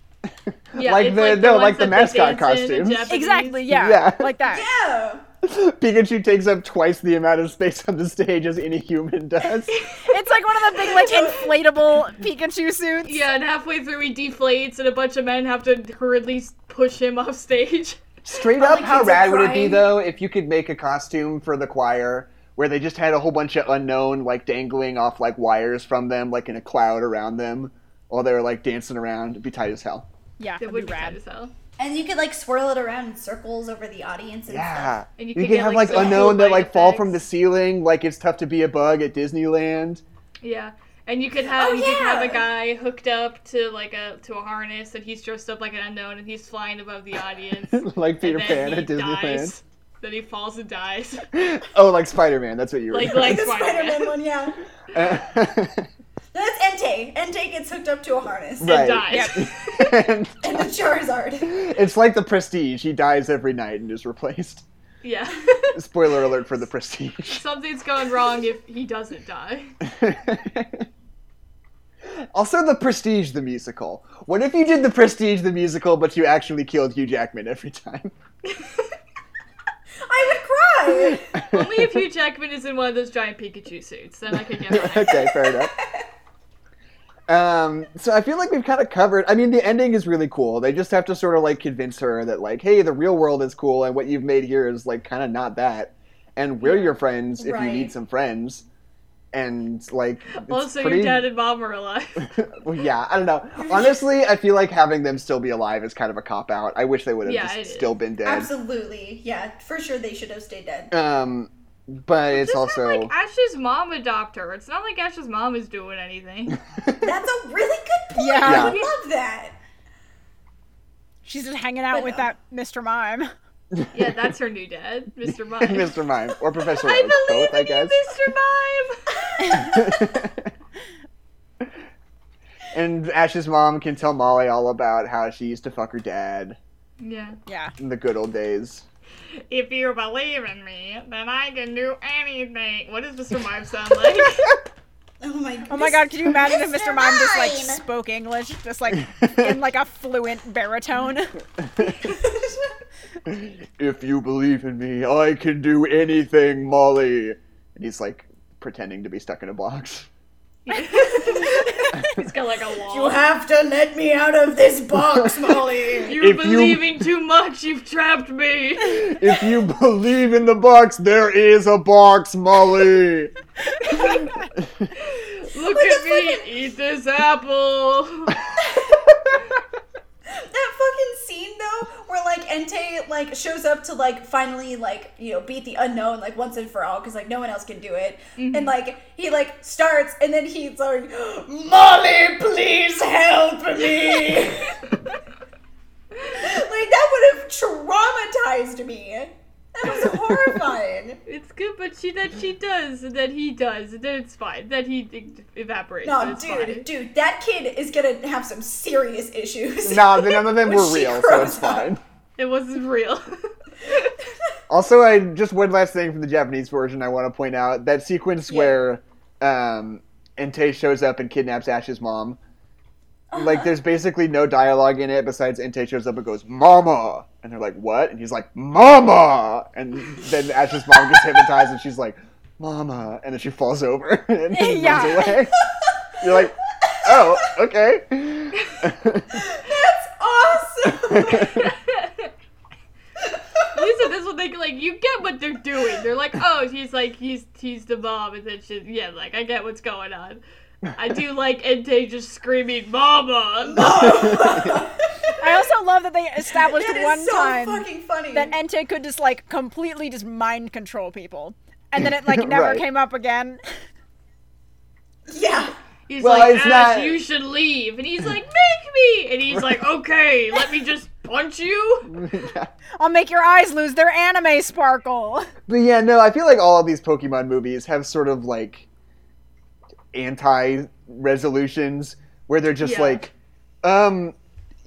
Yeah,
Like
it's
the- no,
ones
like the
that they
mascot
dance in in
costumes.
Japanese.
Exactly. Yeah.
Yeah.
Like that.
Yeah.
Pikachu takes up twice the amount of space on the stage as any human does.
It's like one of the big like inflatable Pikachu suits.
Yeah, and halfway through he deflates, and a bunch of men have to hurriedly push him off stage.
Straight
Oh
up, how
kids are
rad would it be
crying.
though if you could make a costume for the choir where they just had a whole bunch of unknown like dangling off like wires from them, like in a cloud around them, while they were like dancing around? It'd be tight as hell.
Yeah.
It
It
would
would
be
rad.
sad as hell.
And you could like swirl it around in circles over the audience and stuff.
Yeah,
And
you,
you could
could,
get,
have
like,
like,
some cool
unknown that
light
like fall
effects.
from the ceiling, like it's tough to be a bug at Disneyland.
Yeah. And you could have
Oh,
you could have a
yeah.
guy hooked up to like a to a harness and he's dressed up like an unknown and he's flying above the audience. and
like Peter
then
Pan
he
at Disneyland.
dies. Then he falls and dies.
Oh, like Spider Man. That's what you were.
Like
doing.
like
The Spider
Spider-Man.
Man one, yeah. That's Entei. Entei gets hooked up to a harness.
Right.
dies.
And
And the Charizard.
it's like the Prestige. He dies every night and is replaced.
Yeah.
Spoiler alert for the Prestige.
Something's going wrong if he doesn't die.
also, the Prestige the musical. What if you did the Prestige the musical, but you actually killed Hugh Jackman every time?
I would cry.
Only if Hugh Jackman is in one of those giant Pikachu suits, then I could get behind.
okay, fair enough. Um, so I feel like we've kind of covered. I mean, the ending is really cool. They just have to sort of like convince her that like, hey, the real world is cool, and what you've made here is like kind of not that. And we're your friends if you
Right.
need some friends. And like, it's
Also,
pretty...
your dad and mom are alive.
well, yeah, I don't know. Honestly, I feel like having them still be alive is kind of a cop out. I wish they would have
Yeah, it
just
is.
still been dead.
Absolutely. Yeah, for sure they should have stayed dead.
Um, but it's
Just
also
have, like Ash's mom adopt her. It's not like Ash's mom is doing anything.
That's a really good point.
Yeah.
Yeah.
I would love that.
She's just hanging out
But
with
no.
that Mr. Mime.
yeah, that's her new dad, Mr. Mime.
Mr. Mime or Professor Oak,
I believe
both, I
in
guess.
you, Mr. Mime.
and Ash's mom can tell Molly all about how she used to fuck her dad
yeah.
Yeah.
in the good old days.
If you believe in me, then I can do anything. What does Mr. Mime sound like?
Oh my god.
Oh my god, could you imagine if Mr. Mime just like
Mime!
spoke English, just like in like a fluent baritone?
If you believe in me, I can do anything, Molly. And he's like pretending to be stuck in a box.
He's got like a
You
wall.
have to let me out of this box, Molly.
You're
If you-
believing too much. You've trapped me.
If you believe in the box, there is a box, Molly.
Look at me. Eat this apple.
that fucking scene though, where like Entei like shows up to like finally like you know beat the unknown like once and for all because like no one else can do it, and like he like starts and then he's like, Molly, please help me. like that would have traumatized me. That was horrifying.
It's good, but she that she does, and then he does, and then it's fine. Then he e- evaporates. and
No,
it's
dude,
fine.
dude, that kid is gonna have some serious issues.
Nah, none of them
When
were
she
real, so
grows
it's
up.
fine.
It wasn't real.
Also, I just one last thing from the Japanese version I want to point out that sequence
Yeah.
where um, Entei shows up and kidnaps Ash's mom. Like, there's basically no dialogue in it besides Entei shows up and goes, Mama! And they're like, What? And he's like, Mama! And then Ash's mom gets hypnotized and she's like, Mama! And then she falls over and then
Yeah.
runs away. You're like, Oh, okay.
That's awesome.
Lisa, this one, they like you get what they're doing. They're like, oh, she's like he's he's the mom, and then she, yeah, like I get what's going on. I do like Entei just screaming, "Mama!"
I also love that they established
That is
one
so
time
fucking funny.
that Entei could just like completely just mind control people, and then it like never
Right.
came up again.
yeah.
He's
Well,
like,
it's
Ash,
not-
you should leave, and he's like, "Make me!" And he's like, "Okay, let me just punch you."
I'll make your eyes lose their anime sparkle.
But yeah, no, I feel like all of these Pokemon movies have sort of like anti resolutions where they're just
Yeah.
like, um,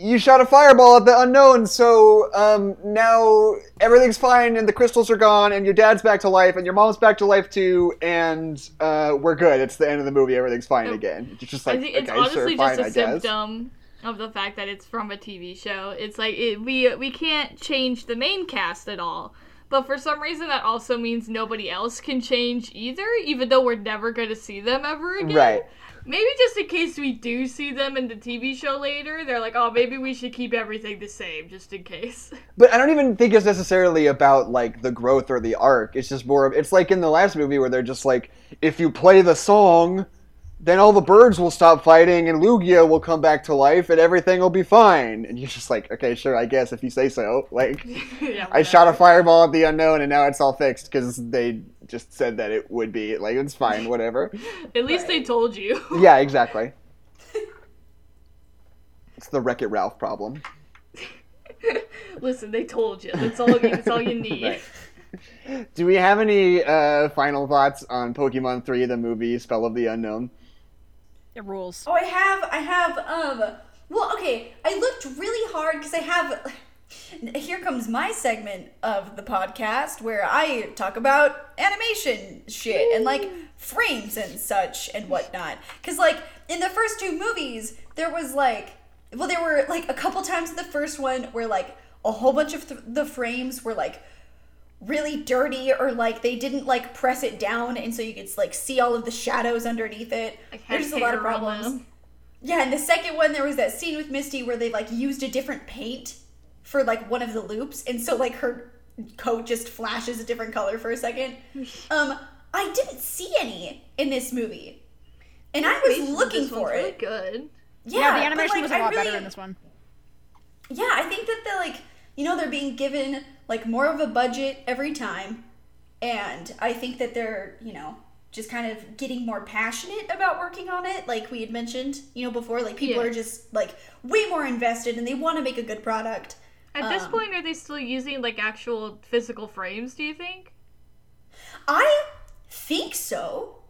you shot a fireball at the unknown, so um, now everything's fine and the crystals are gone and your dad's back to life and your mom's back to life too and uh, we're good. It's the end of the movie. Everything's fine
No.
again. It's just
I
like,
think it's
okay,
honestly
sure, fine,
just a
I guess.
symptom of the fact that it's from a TV show. It's like it, we we can't change the main cast at all. But for some reason, that also means nobody else can change either, even though we're never going to see them ever again.
Right.
Maybe just in case we do see them in the TV show later, they're like, oh, maybe we should keep everything the same just in case.
But I don't even think it's necessarily about like the growth or the arc. It's just more of it's like in the last movie where they're just like, if you play the song, then all the birds will stop fighting and Lugia will come back to life and everything will be fine. And you're just like, okay, sure, I guess if you say so. Like,
yeah,
I shot a fireball at the unknown and now it's all fixed because they just said that it would be like it's fine, whatever.
At least they told you.
yeah, exactly. It's the Wreck It Ralph problem.
Listen, they told you. That's all. That's all you need.
Right. Do we have any uh, final thoughts on Pokemon 3, the movie Spell of the Unknown?
It rules.
Oh, I have, I have, um, well, okay, I looked really hard because I have, here comes my segment of the podcast where I talk about animation shit and like frames and such and whatnot. Because, like, in the first two movies, there was like, well, there were like a couple times in the first one where like a whole bunch of th- the frames were like really dirty or like they didn't like press it down and so you could like see all of the shadows underneath it.
Like, had
There's just a lot of
hair on
problems.
them.
Yeah, and the second one there was that scene with Misty where they like used a different paint for like one of the loops, and so like her coat just flashes a different color for a second. Um, I didn't see any in this movie, and I was looking
This one's
for
really
it.
good.
Yeah,
Yeah, the
but,
animation
like,
was a
I
lot better
really-
in this one.
Yeah, I think that they're like you know they're being given like more of a budget every time, and I think that they're you know just kind of getting more passionate about working on it like we had mentioned you know before like people
Yeah.
are just like way more invested and they want to make a good product
At this
Um,
point, are they still using like actual physical frames? Do you think?
i think so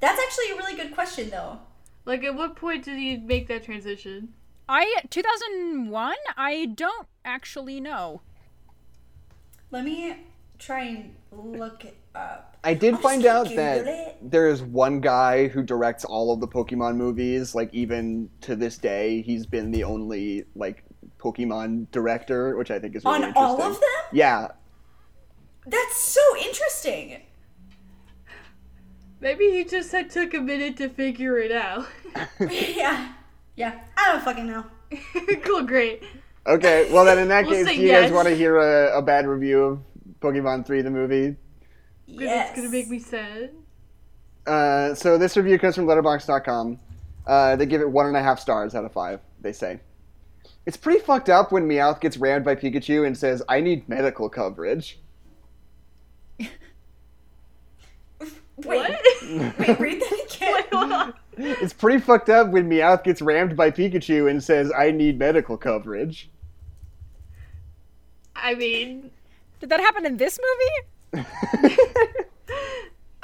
that's actually a really good question though
Like, at what point did you make that transition?
I 2001. I don't actually know.
let me try and look it up
I did
I'm
find
just
out
gonna
that
Google it.
there is one guy who directs all of the Pokemon movies. Like even to this day, he's been the only like Pokemon director, which I think is really
on
interesting.
all of them
Yeah,
that's so interesting
Maybe he just had took a minute to figure it out.
yeah yeah i don't fucking know
cool, great.
Okay, well then in that
We'll
case,
say
do you
yes.
guys want to hear a, a bad review of Pokemon 3, the movie?
yes
It's gonna make me sad.
Uh, so this review comes from Letterboxd.com. Uh, they give it one and a half stars out of five. They say it's pretty fucked up when Meowth gets rammed by Pikachu and says, "I need medical coverage."
Wait,
What?
wait, read that again.
It's pretty fucked up when Meowth gets rammed by Pikachu and says, "I need medical coverage."
I mean,
Did that happen in this movie?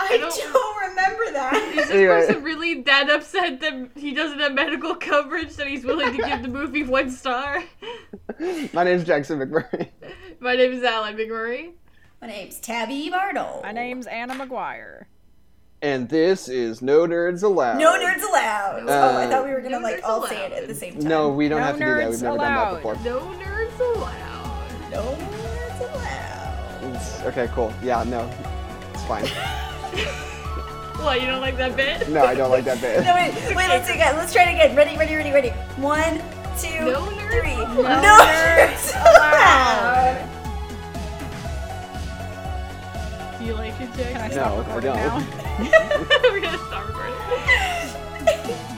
I,
don't-
don't... remember that.
this
Anyway.
person really that upset that he doesn't have medical coverage that he's willing to give the movie one star.
My name's Jackson McMurray.
My name is Ally McMurray.
My name's Tabby Bartle.
My name's Anna McGuire.
And this is No Nerds Allowed.
No nerds allowed. oh, I thought we were gonna
No
like
nerds
all say it
allowed.
at the same time.
No, we don't
No
have to do that. We've
nerds
never done that
allowed.
before.
No nerds allowed.
no nerds allowed.
It's- Okay, cool. Yeah, no. It's fine.
What, you don't like that bit?
No, I don't like that bit.
No wait, wait. Let's do it again. Let's try it again. Ready, ready, ready, ready. One, two,
No nerds
three.
allowed.
No nerds allowed.
Do you like it,
Can I
Jack?
stop
No, I
recording
don't.
now?
We're gonna stop recording.